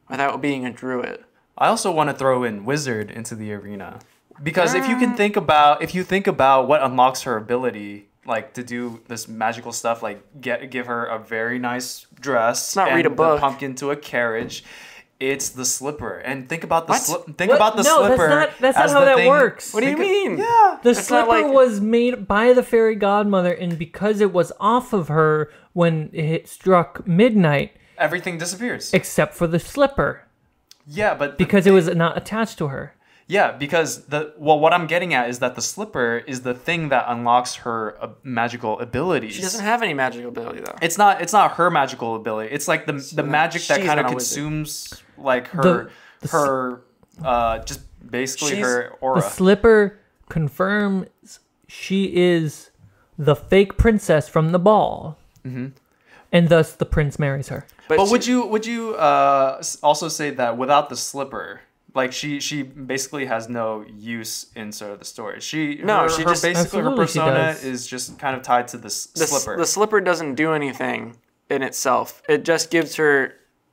S2: without being a druid.
S4: I also want to throw in wizard into the arena because if you
S1: Ah.
S4: can think about if you think about what unlocks her ability like to do this magical stuff like get give her a very nice dress
S2: not
S4: and
S2: read a
S4: the
S2: book.
S4: pumpkin to a carriage it's the slipper and think about the
S2: What?
S4: slip think
S1: What?
S4: about the
S1: No, that's
S4: slipper
S1: not- that's not
S4: as
S1: how
S4: the
S1: that
S4: thing-
S1: works.
S2: What do you
S4: think it-
S2: mean?
S4: yeah
S1: The
S2: That's not
S1: slipper
S2: like-
S1: was made by the fairy godmother, and because it was off of her when it struck midnight,
S4: everything disappears
S1: except for the slipper,
S4: yeah but the-
S1: because it was not attached to her.
S4: Yeah, because the well, what I'm getting at is that the slipper is the thing that unlocks her uh, magical abilities.
S2: She doesn't have any magical ability though.
S4: it's not it's not her magical ability. It's like the the magic that
S2: she's
S4: kind of
S2: not a wizard.
S4: consumes like her
S1: the s-
S4: her uh just basically
S2: She's-
S4: her
S1: The
S4: aura.
S1: slipper confirms she is the fake princess from the ball,
S2: Mm-hmm.
S1: and thus the prince marries her.
S4: but
S2: she-
S4: would you would you uh s- also say that without the slipper like she she basically has no use in sort of the story. She
S2: No,
S4: her,
S2: she
S4: her
S2: just-
S4: basically her
S1: Absolutely she
S4: persona
S1: does.
S4: is just kind of tied to this
S2: the, s-
S4: slipper.
S2: the slipper doesn't do anything in itself. It just gives her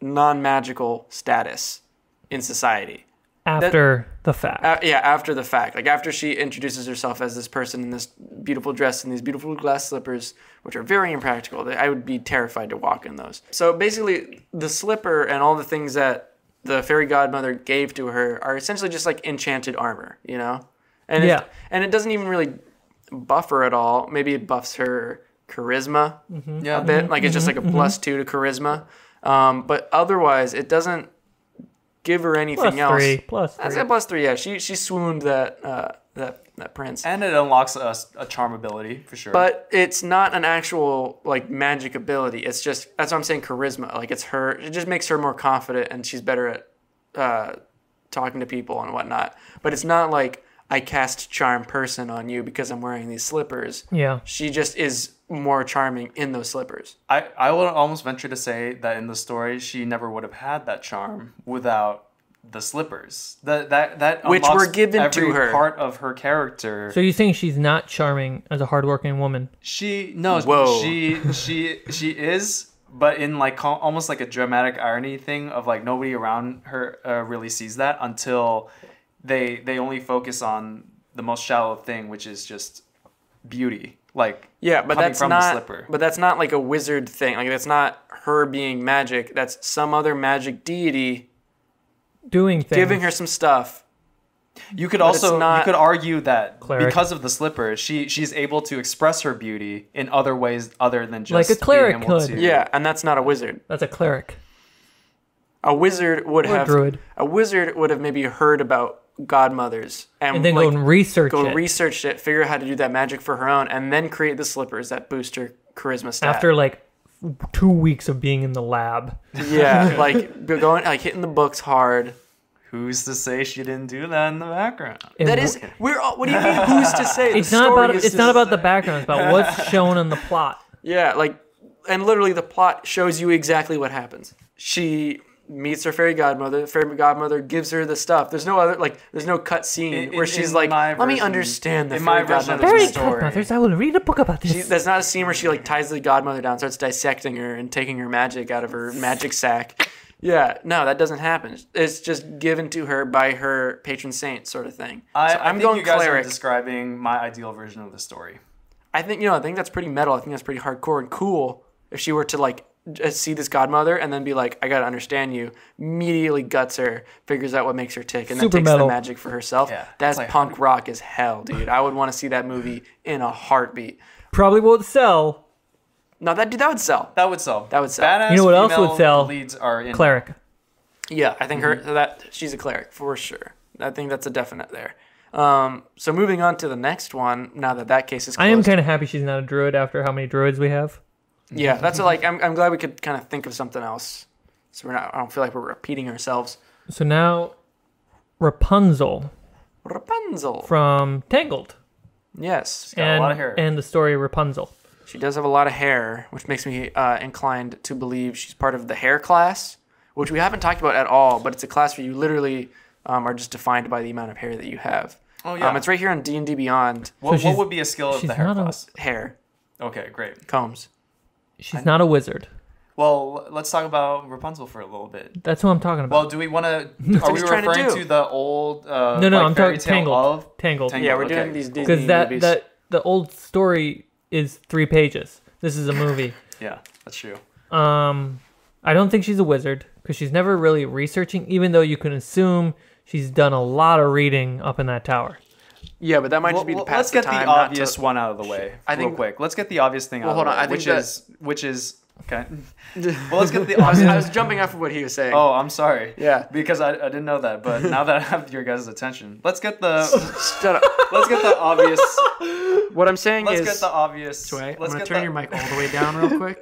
S2: non-magical status in society.
S1: After the fact,
S2: Uh, yeah, after the fact, like after she introduces herself as this person in this beautiful dress and these beautiful glass slippers, which are very impractical. They- I would be terrified to walk in those. So basically, the slipper and all the things that the fairy godmother gave to her are essentially just like enchanted armor, you know? And it-
S1: Yeah.
S2: and it doesn't even really buff her at all. Maybe it buffs her charisma a
S4: yeah.
S1: Mm-hmm.
S2: bit. Like it's just like a plus two to charisma. Um, but otherwise, it doesn't give her
S1: plus
S2: anything else.
S1: three, plus
S2: That's
S1: three.
S2: a plus three. Yeah, she she swooned that uh, that that prince.
S4: and it unlocks a, s- a charm ability for sure.
S2: But it's not an actual like magic ability. It's just that's what I'm saying. Charisma. Like it's her. It just makes her more confident, and she's better at uh, talking to people and whatnot. But it's not like I cast charm person on you because I'm wearing these slippers.
S1: yeah,
S2: She just is more charming in those slippers.
S4: I, I would almost venture to say that in the story she never would have had that charm without the slippers. That that that
S2: Which were
S4: unlocks
S2: given to
S4: every
S2: her.
S4: part of her character.
S1: so you're saying she's not charming as a hardworking woman?
S4: she no
S2: Whoa.
S4: she she she is but in like cal- almost like a dramatic irony thing of like nobody around her uh, really sees that until they they only focus on the most shallow thing which is just beauty like
S2: Yeah, but
S4: coming
S2: that's
S4: from the
S2: not.
S4: slipper.
S2: But that's not like a wizard thing. Like that's not her being magic. That's some other magic deity
S1: Doing things,
S2: giving her some stuff.
S4: You could
S2: it's
S4: also
S2: not
S4: you could argue that
S1: Cleric.
S4: because of the slipper, she she's able to express her beauty in other ways other than just
S1: Like a
S4: being
S1: cleric
S4: able
S1: could.
S4: to-
S2: Yeah, and that's not a wizard.
S1: That's a cleric.
S2: A wizard would
S1: Or
S2: have
S1: druid.
S2: a wizard would have maybe heard about godmothers and,
S1: And then
S2: like,
S1: go and research
S2: go
S1: it
S2: research it, figure out how to do that magic for her own, and then create the slippers that boost her charisma stat.
S1: after like two weeks of being in the lab.
S2: yeah, like going like hitting the books hard.
S4: who's to say she didn't do that in the background?
S1: And
S2: That
S1: wh-
S2: is, we're all. What do you mean? Who's to say? The
S1: it's not
S2: story
S1: about
S2: is
S1: it's
S2: to
S1: not about the
S2: say.
S1: background. It's about what's shown in the plot.
S2: Yeah, like, and literally the plot shows you exactly what happens. She meets her fairy godmother. Fairy godmother gives her the stuff. There's no other like. There's no cut scene
S4: In- in-
S2: where she's
S4: in
S2: like,
S4: my
S2: "Let me
S4: version-
S2: understand the
S4: in
S2: fairy
S4: my version
S2: godmother."
S4: of the There's
S1: Very
S4: a story.
S1: godmothers. I will read a book about this.
S2: She, that's not a scene where she like ties the godmother down, starts dissecting her and taking her magic out of her magic sack. Yeah, no, that doesn't happen. It's just given to her by her patron saint, sort of thing.
S4: I,
S2: So
S4: I think you guys are describing my ideal version of the story.
S2: I think you know. I think that's pretty metal. I think that's pretty hardcore and cool. If she were to like just see this godmother and then be like, "I gotta understand you," immediately guts her, figures out what makes her tick, and
S1: Super
S2: then takes
S1: metal.
S2: the magic for herself.
S4: Yeah,
S2: that's
S4: it's like-
S2: punk rock as hell, dude. I would want to see that movie in a heartbeat.
S1: Probably won't sell.
S2: No, that dude, that would sell.
S4: That would sell.
S2: That would sell.
S4: Badass
S1: You know what else would
S4: female
S1: sell?
S4: Leads are in
S1: Cleric.
S2: Yeah, I think
S1: Mm-hmm.
S2: her that she's a cleric for sure. I think that's a definite there. Um, so moving on to the next one. Now that that case is,
S1: I
S2: closed,
S1: am kind of happy she's not a druid after how many druids we have.
S2: Yeah, that's like I'm. I'm glad we could kind of think of something else. So we're not. I don't feel like we're repeating ourselves.
S1: So now Rapunzel
S2: Rapunzel.
S1: from Tangled
S2: yes,
S4: Got a
S1: and
S4: lot of hair.
S1: and the story Rapunzel.
S2: she does have a lot of hair, which makes me uh, inclined to believe she's part of the hair class, which we haven't talked about at all. But it's a class where you literally um, are just defined by the amount of hair that you have.
S4: Oh, yeah.
S2: Um, it's right here on D and D Beyond.
S4: What,
S1: she's-
S4: what would be a skill of
S1: she's
S4: the hair
S1: not a-
S4: class?
S2: Hair
S4: Okay, great.
S2: combs.
S1: She's not a wizard.
S4: Well, l- let's talk about Rapunzel for a little bit.
S1: That's what I'm talking about.
S4: Well, do we want to? Are
S2: he's
S4: we
S2: trying to
S4: referring
S2: do.
S4: to the old? Uh,
S1: no, no,
S4: like
S1: I'm
S4: fairy
S1: talking
S4: tale
S1: Tangled.
S4: Of?
S1: Tangled.
S4: Tangled.
S2: Yeah, we're
S4: Okay,
S2: doing these
S4: cool.
S2: Disney
S1: Because that
S2: movies.
S1: that the old story is three pages. This is a movie.
S4: Yeah, that's true.
S1: Um, I don't think she's a wizard because she's never really researching, even though you can assume she's done a lot of reading up in that tower.
S2: Yeah, but that might
S4: Well,
S2: just be
S4: well,
S2: to pass
S4: let's get
S2: the time.
S4: the
S2: not to-
S4: obvious one out of the way.
S2: I
S4: I
S2: think-
S4: think real quick. Let's get the obvious thing out.
S2: hold
S4: of
S2: on,
S4: the way,
S2: I think
S4: which
S2: that-
S4: is which is okay. well, let's get the
S2: I was,
S4: obvious.
S2: I was jumping off of what he was saying.
S4: Oh, I'm sorry.
S2: Yeah.
S4: Because I, I didn't know that, but now that I have your guys' attention, let's get the
S2: Shut up.
S4: let's get the obvious.
S2: What I'm saying
S4: Let's
S2: is.
S4: get the obvious.
S2: Wait,
S4: Let's
S2: I'm gonna
S4: get
S2: turn
S4: the-
S2: your mic all the way down real quick.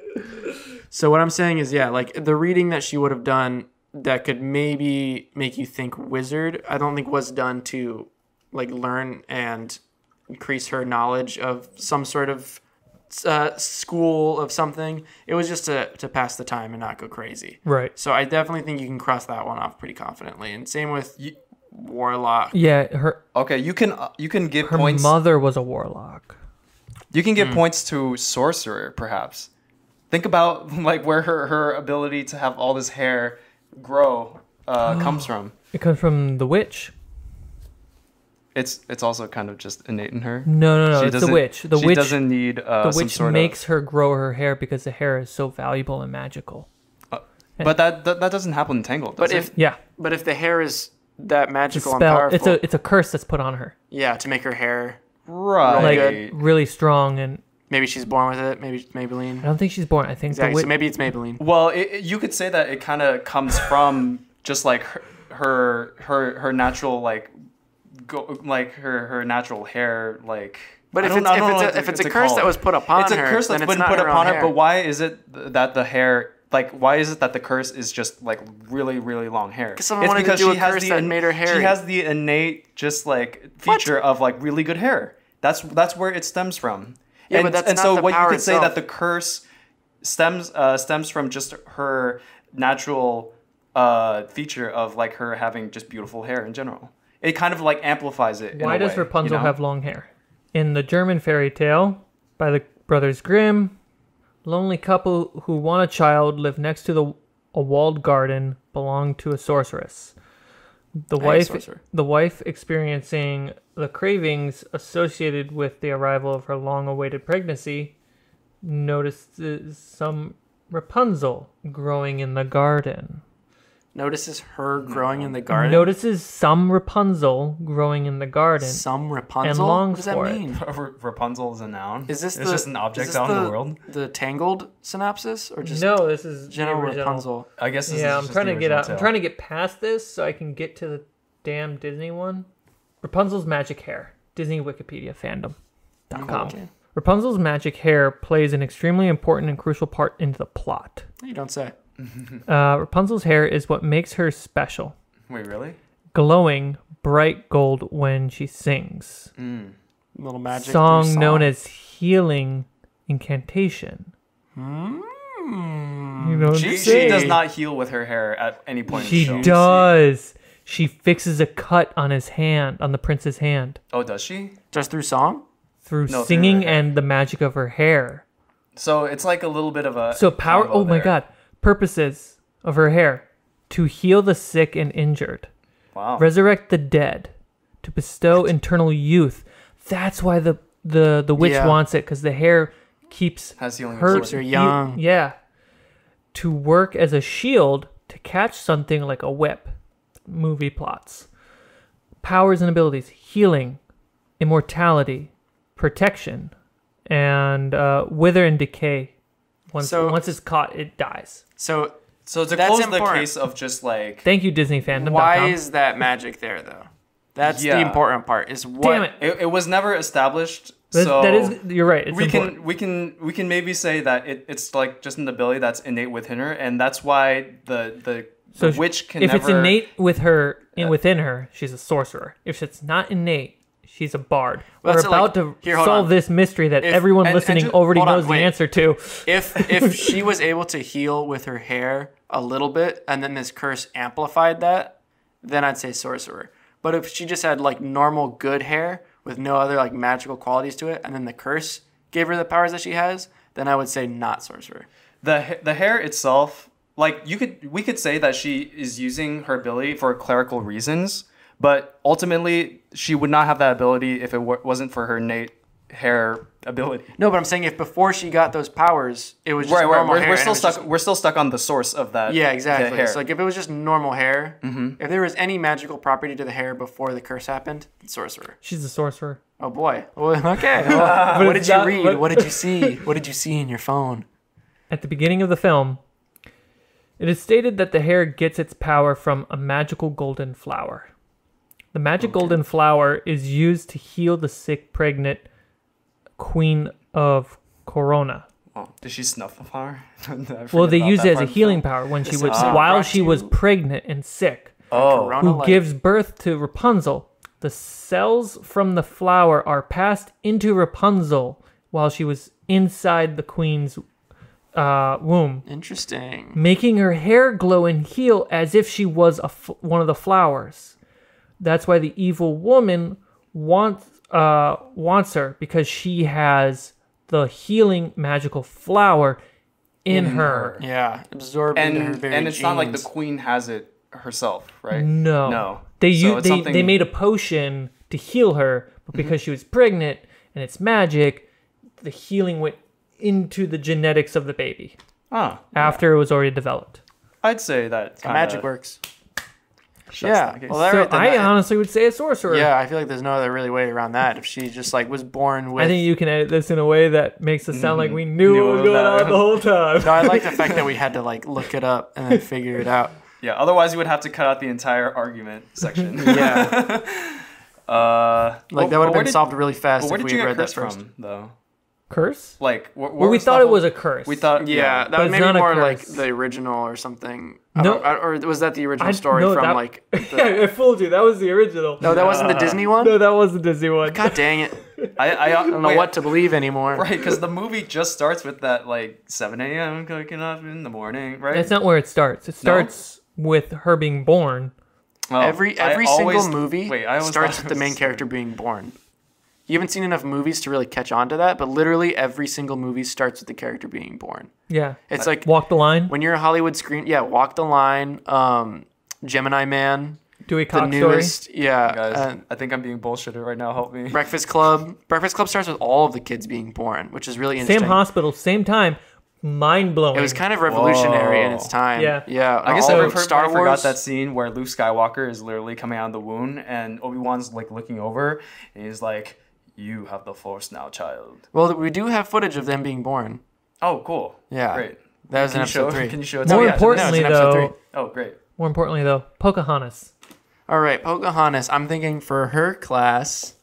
S2: so what I'm saying is, yeah, like the reading that she would have done that could maybe make you think wizard. I don't think was done to like learn and increase her knowledge of some sort of uh, school of something. It was just to to pass the time and not go crazy.
S1: Right.
S2: So I definitely think you can cross that one off pretty confidently. And same with warlock.
S1: Yeah, her
S4: Okay, you can uh, you can give
S1: her
S4: points.
S1: mother was a warlock.
S4: you can
S2: Hmm.
S4: give points to sorcerer, perhaps. Think about like where her her ability to have all this hair grow uh, comes from.
S1: It comes from the witch.
S4: It's it's also kind of just innate in her.
S1: No, no, no.
S4: She
S1: it's the
S4: doesn't-
S1: witch. The
S4: she
S1: witch.
S4: doesn't need uh,
S1: the
S4: some
S1: witch
S4: sort
S1: makes
S4: of.
S1: her grow her hair because the hair is so valuable and magical.
S4: But that, that that doesn't happen in Tangled.
S2: But
S4: does
S2: if
S4: it?
S1: Yeah.
S2: but if the hair is that
S1: It's a
S2: magical and
S1: spell.
S2: powerful,
S1: It's a it's a curse that's put on her.
S2: yeah, to make her hair
S1: Like
S4: right,
S1: really strong, and
S2: Maybe she's born with it. Maybe it's
S1: I
S2: Maybelline.
S1: don't think she's born. I think
S2: Exactly.
S1: the witch.
S2: So maybe it's Maybelline.
S4: Well, it, it- you could say that it kind of comes from just like her, her her her natural like go like her her natural hair like.
S2: But
S4: I
S2: if
S4: don't-
S2: it's-
S4: I don't
S2: if
S4: know
S2: it's a-
S4: what to-
S2: if it's a
S4: to
S2: curse
S4: call
S2: that
S4: it.
S2: was put upon
S4: it's a
S2: her,
S4: curse
S2: then
S4: that's
S2: it's
S4: been
S2: not
S4: put
S2: her own
S4: upon her.
S2: hair.
S4: But why is it th- that the hair like why is it that the curse is just like really really long hair?
S2: 'Cause someone
S4: It's
S2: wanted to
S4: because
S2: do a
S4: she has
S2: curse
S4: the
S2: that
S4: in-
S2: made her hairy.
S4: She has the innate just like feature of like really good hair. That's that's where it stems from.
S2: Yeah,
S4: and,
S2: but that's
S4: and
S2: not
S4: so
S2: the
S4: what you
S2: power
S4: could say
S2: itself.
S4: that the curse stems uh, stems from just her natural uh, feature of like her having just beautiful hair in general. It kind of like amplifies it. in
S1: Why
S4: a
S1: does
S4: way,
S1: Rapunzel
S4: you know?
S1: have long hair? In the German fairy tale by the Brothers Grimm, lonely couple who want a child live next to the a walled garden belong to a sorceress. The wife
S2: sorcerer.
S1: the wife experiencing the cravings associated with the arrival of her long awaited pregnancy notices some Rapunzel growing in the garden.
S2: Notices her
S4: Mm.
S2: growing in the garden.
S1: Notices some Rapunzel growing in the garden.
S2: some Rapunzel.
S1: longs
S2: what does that
S1: for it.
S2: mean?
S4: R- Rapunzel is a noun.
S2: Is this
S4: it's
S2: the,
S4: just an
S2: is
S4: object
S2: this
S4: out in
S2: the-
S4: the world?
S2: The Tangled synopsis or just
S1: no, this is the
S2: general
S1: original.
S2: Rapunzel?
S4: I guess. This
S1: yeah,
S4: is
S1: I'm
S4: just
S1: trying
S4: the
S1: to get
S4: original
S1: out. I'm
S4: tale.
S1: trying to get past this so I can get to the damn Disney one. Rapunzel's magic hair. Disney Wikipedia fandom. Dot com. Rapunzel's magic hair plays an extremely important and crucial part into the plot.
S2: You don't say.
S1: Uh, Rapunzel's hair is what makes her special.
S4: Wait, really?
S1: glowing bright gold when she sings.
S2: Little magic
S1: song, known as healing incantation.
S4: Hmm.
S1: You know what I'm
S4: She, she
S1: saying?
S4: does not heal with her hair at any point. in the
S1: She
S4: show.
S1: does. She fixes a cut on his hand, on the prince's hand,
S4: Oh, does she?
S2: just through song.
S1: through
S4: No, through
S1: singing
S4: her hair.
S1: and the magic of her hair.
S4: So it's like a little bit of a
S1: So power.
S4: combo
S1: Oh my
S4: there.
S1: God. Purposes of her hair: to heal the sick and injured,
S4: Wow.
S1: resurrect the dead, to bestow eternal youth. That's why the the the witch
S2: Yeah.
S1: wants it because the hair keeps
S4: Has healing
S1: her
S4: ability.
S2: Keeps her young.
S1: yeah. To work as a shield to catch something like a whip. Movie plots. Powers and abilities healing, immortality, protection, and uh, wither and decay. Once,
S2: So-
S1: once it's caught, it dies.
S2: So
S4: So to
S2: That's
S4: close the
S2: important.
S4: case of just like
S1: Thank you, Disney fandom.
S2: why is that magic there though? That's
S4: Yeah.
S2: the important part. Is what
S1: Damn it.
S4: it, it was never established.
S1: That,
S4: so
S1: that is, you're right. It's
S4: we
S1: important.
S4: can we can we can maybe say that it, it's like just an ability that's innate within her, and that's why the the,
S1: So
S4: the witch can
S1: if
S4: never.
S1: it's innate with her in, within her, she's a sorcerer. If it's not innate, she's a bard. We're
S2: Well, that's it, like,
S1: about to
S2: here, hold
S1: solve
S2: on.
S1: this mystery that
S2: If-
S1: everyone
S4: and- and
S1: listening
S4: just-
S1: already
S2: hold on,
S1: knows the
S2: wait.
S1: answer to.
S2: if if she was able to heal with her hair a little bit and then this curse amplified that then i'd say sorcerer but if she just had like normal good hair with no other like magical qualities to it and then the curse gave her the powers that she has then i would say not sorcerer
S4: the ha- the hair itself like you could we could say that she is using her ability for clerical reasons but ultimately she would not have that ability if it w- wasn't for her innate hair ability
S2: no but i'm saying if before she got those powers it was just
S4: right, right
S2: normal
S4: we're,
S2: hair
S4: we're
S2: and it
S4: still
S2: was
S4: stuck
S2: just-
S4: we're still stuck on the source of that
S2: yeah
S4: the
S2: exactly
S4: hair. Mm-hmm.
S2: so like if it was just normal hair if there was any magical property to the hair before the curse happened sorcerer
S1: She's a sorcerer.
S2: oh boy well, okay well, what did
S1: it's
S2: you
S1: not-
S2: read
S1: but-
S2: what did you see what did you see in your phone
S1: At the beginning of the film, it is stated that the hair gets its power from a magical golden flower. The magic golden flower is used to heal the sick pregnant queen of Corona.
S4: oh, did she snuff the flower
S1: Well, they use it as a healing power when she was
S2: episode
S1: while
S2: brought
S1: she
S2: to
S1: was
S2: you-
S1: pregnant and sick.
S4: oh
S2: Corona
S1: who
S2: Light.
S1: gives birth to Rapunzel. The cells from the flower are passed into Rapunzel while she was inside the queen's uh, womb,
S2: Interesting.
S1: making her hair glow and heal as if she was a f- one of the flowers. That's why the evil woman wants uh, wants her because she has the healing magical flower in, her.
S2: Yeah, absorbed
S4: and
S2: into her very
S4: and it's not like the
S2: genes.
S4: queen has it herself right
S1: No.
S4: no
S1: They
S4: So
S1: u-
S4: it's
S1: they, they
S4: something- Mm-hmm.
S1: made a potion to heal her, but because she was pregnant and it's magic, the healing went into the genetics of the baby
S4: ah
S1: after it was already developed.
S4: i'd say that kinda
S2: magic works.
S4: shuts
S2: Yeah.
S4: the case.
S2: Well, that
S1: so
S2: right then,
S1: I
S2: that-
S1: honestly would say a sorcerer.
S2: yeah, I feel like there's no other really way around that. If she just like was born with.
S1: I think you can edit this in a way that makes us sound like we knew what was
S4: Mm-hmm. Knew
S1: going
S4: that.
S1: on the whole time.
S2: no, I like the fact that we had to like look it up and then figure it out.
S4: Yeah, otherwise you would have to cut out the entire argument section.
S2: Yeah,
S4: Uh,
S2: like that would have been solved really
S4: But
S2: fast
S4: where
S2: if
S4: did
S2: we
S4: you
S2: had
S4: get
S2: read that
S4: curse
S2: first.
S4: from, though?
S1: Curse?
S4: Like, wh- where
S1: Well, we
S4: was the
S1: thought it
S4: whole-
S1: was a curse.
S4: We thought,
S2: Uh, Yeah,
S4: yeah,
S2: that
S1: it's
S2: was maybe
S1: not a
S2: more like
S1: curse.
S2: the original or something.
S1: No.
S2: No, or was that the original
S1: I-
S2: story
S1: no,
S2: from
S1: that-
S2: like? Uh,
S1: yeah, I fooled you. That was the original.
S2: No, that wasn't the Disney one.
S1: No, that was the Disney one.
S2: God dang it!
S4: I, I, I
S2: I don't know what to believe anymore.
S4: Right, because the movie just starts with that like 7 a.m. cooking up in the morning, right?
S1: That's not where it starts. It starts with her being born.
S4: Oh,
S2: Every
S4: I
S2: every single
S4: always-
S2: movie
S4: wait, I always
S2: starts
S4: thought
S2: with the
S4: it was
S2: main
S4: same.
S2: character being born. You haven't seen enough movies to really catch on to that, but literally every single movie starts with the character being born.
S1: Yeah.
S2: It's like
S1: Walk the line.
S2: when you're a Hollywood screen, yeah, Walk the Line, um, Gemini Man,
S1: Dewey
S2: the
S1: Cox story.
S2: newest, yeah,
S4: Guys,
S2: uh,
S4: I think I'm being bullshitted right now. Help me.
S2: Breakfast Club. Breakfast Club starts with all of the kids being born, which is really interesting.
S1: Same hospital, same time. Mind blowing.
S2: It was kind of revolutionary in
S4: Whoa.
S2: its time.
S1: Yeah.
S2: yeah.
S4: I guess
S2: all
S4: I,
S2: of
S4: refer-
S2: Star
S4: I
S2: Wars.
S4: forgot that scene where Luke Skywalker is literally coming out of the wound and Obi Wan's like looking over and he's like, "You have the Force now, child."
S2: Well, we do have footage of them being born.
S4: Oh, cool.
S2: Yeah.
S4: great.
S2: That was
S4: Can
S2: in
S4: you show?
S2: episode three.
S4: Can you show it? to
S1: more
S4: me?
S2: yeah, no, it's in
S1: importantly
S2: episode
S1: though.
S2: three.
S4: Oh, great.
S1: More importantly though, Pocahontas.
S2: All right, Pocahontas. I'm thinking for her class.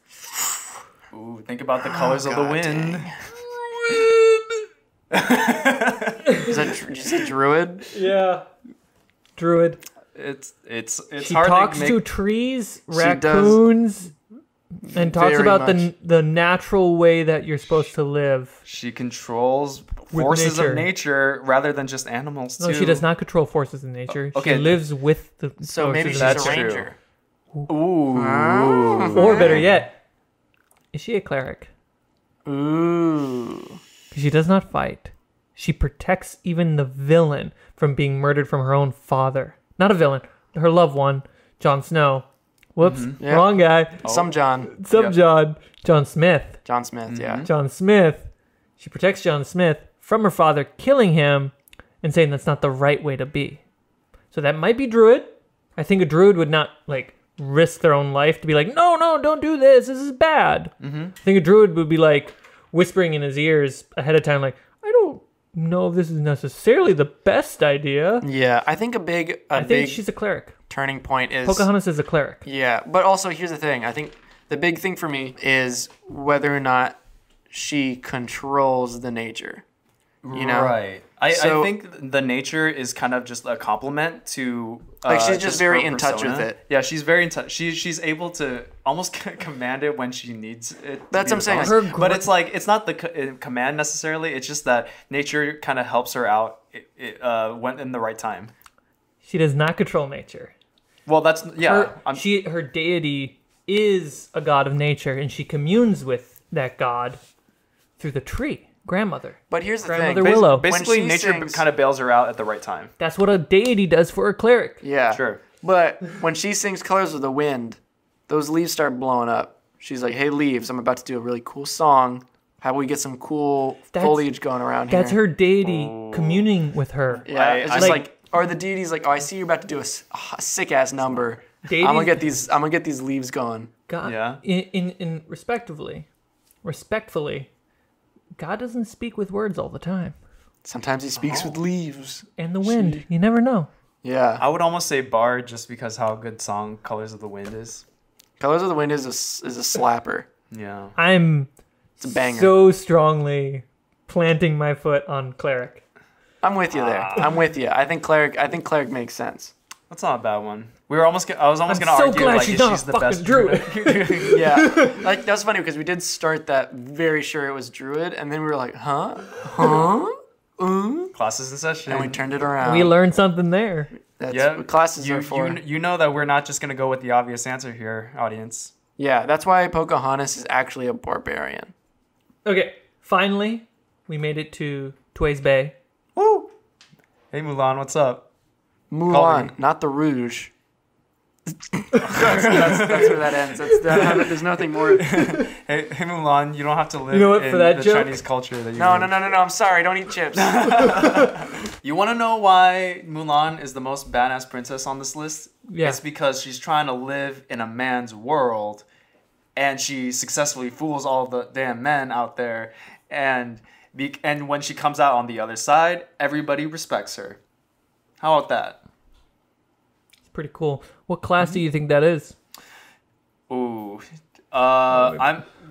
S4: Ooh, think about the
S1: Oh,
S4: colors of the
S2: God
S4: wind.
S2: Is that dr- did you say druid?
S1: Yeah. Druid.
S4: it's it's it's
S1: she
S4: hard
S1: talks
S4: to make.
S1: to trees,
S2: does
S1: raccoons, and talks
S2: very
S1: about the
S2: much.
S1: the natural way that you're supposed to live.
S4: she controls forces
S1: nature.
S4: of nature rather than just animals.
S1: No, she
S4: too.
S1: does not control forces in nature.
S4: okay.
S1: She lives with the
S2: So
S1: forces
S2: maybe
S1: of
S2: she's
S4: that's
S2: a
S4: true.
S2: ranger.
S4: Ooh.
S1: Or better yet, is she a cleric?
S2: Ooh.
S1: 'Cause She does not fight. She protects even the villain from being murdered from her own father. Not a villain, her loved one, Jon Snow. Whoops,
S2: Yeah. Oh,
S1: wrong guy.
S2: Some John.
S1: Some
S4: Yep.
S1: John, John Smith.
S2: John Smith, yeah.
S1: John Smith. She protects John Smith from her father killing him and saying that's not the right way to be. So that might be druid. I think a druid would not like risk their own life to be like, no, no, don't do this. This is bad. Mm-hmm. I think a druid would be like whispering in his ears ahead of time, like, I don't know if this is necessarily the best idea.
S2: Yeah, I think a big a
S1: I think
S2: big
S1: she's a cleric.
S2: turning point is
S1: Pocahontas is a cleric.
S2: Yeah, but also here's the thing. I think the big thing for me is whether or not she controls the nature. You know,
S4: Right. I,
S2: So-
S4: I think the nature is kind of just a compliment to uh,
S2: Like, she's just very
S4: her
S2: in touch with it.
S4: Yeah, she's very in touch. She she's able to almost command it when she needs it. to
S2: That's
S4: be
S2: what I'm saying.
S4: responsible.
S1: Her
S4: but
S1: gr-
S4: it's like it's not the co- uh, command necessarily. It's just that nature kind of helps her out. It, it uh, went in the right time.
S1: She does not control nature.
S4: Well, that's yeah.
S1: her,
S4: I'm,
S1: she her deity is a god of nature, and she communes with that god through the tree, grandmother.
S2: But here's the
S1: Grandmother
S2: thing.
S1: Will- Willow.
S4: Bas- Basically,
S2: When she
S4: nature
S2: sings-
S4: kind of bails her out at the right time.
S1: That's what a deity does for a cleric.
S2: Yeah.
S4: Sure.
S2: But when she sings Colors of the Wind, those leaves start blowing up. She's like, "Hey leaves, I'm about to do a really cool song. How about we get some cool
S1: That's-
S2: foliage going around
S1: That's
S2: here?"
S1: her deity communing with her.
S2: Yeah,
S4: I-
S2: it's
S4: I-
S2: just
S1: like-
S2: like, or the deity's like, "Oh, I see you're about to do a, sick ass number.
S1: Deities-
S2: I'm gonna get these. I'm gonna get these leaves going."
S1: God,
S4: Yeah.
S1: in, in in respectively, respectfully, God doesn't speak with words all the time.
S2: Sometimes he
S1: Oh.
S2: speaks with leaves.
S1: And the wind, you never know.
S2: Yeah.
S4: I would almost say bard just because how good song "Colors of the Wind" is.
S2: Colors of the Wind is a, s- is a slapper.
S4: Yeah.
S1: I'm
S2: It's a banger.
S1: so strongly planting my foot on cleric.
S2: I'm with you there. I'm with you. I think cleric. I think cleric makes sense.
S4: That's not a bad one. We were almost. Gonna, I was almost
S1: I'm
S4: gonna
S1: so
S4: argue
S1: glad
S4: like
S1: she's
S4: if
S1: not a
S4: she's the
S1: fucking
S4: best
S1: druid.
S4: druid.
S2: Yeah, like that's funny because we did start that very sure it was druid, and then we were like, huh, huh, uh?
S4: Classes in session.
S2: and we turned it around.
S4: Um,
S1: We learned something there.
S2: That's
S4: Yeah,
S2: what classes
S4: you,
S2: are for.
S4: You, you know that we're not just gonna go with the obvious answer here, audience.
S2: yeah, that's why Pocahontas is actually a barbarian.
S1: Okay, finally, we made it to Tuays Bay.
S4: Woo! Hey Mulan, what's up?
S2: Mulan, not the Rouge. that's, that's, that's where that ends. That's, that, there's nothing more.
S4: Hey, hey Mulan, you don't have to live
S1: know what, for
S4: in
S1: that
S4: the
S1: joke-
S4: Chinese culture that you.
S2: No, no, no, no, no. I'm sorry. Don't eat chips.
S4: You want to know why Mulan is the most badass princess on this list?
S1: Yeah.
S4: It's because she's trying to live in a man's world and she successfully fools all the damn men out there and be- and when she comes out on the other side, everybody respects her. How about that?
S1: It's pretty cool. What class
S4: Mm-hmm.
S1: do you think that is?
S4: Ooh. Uh,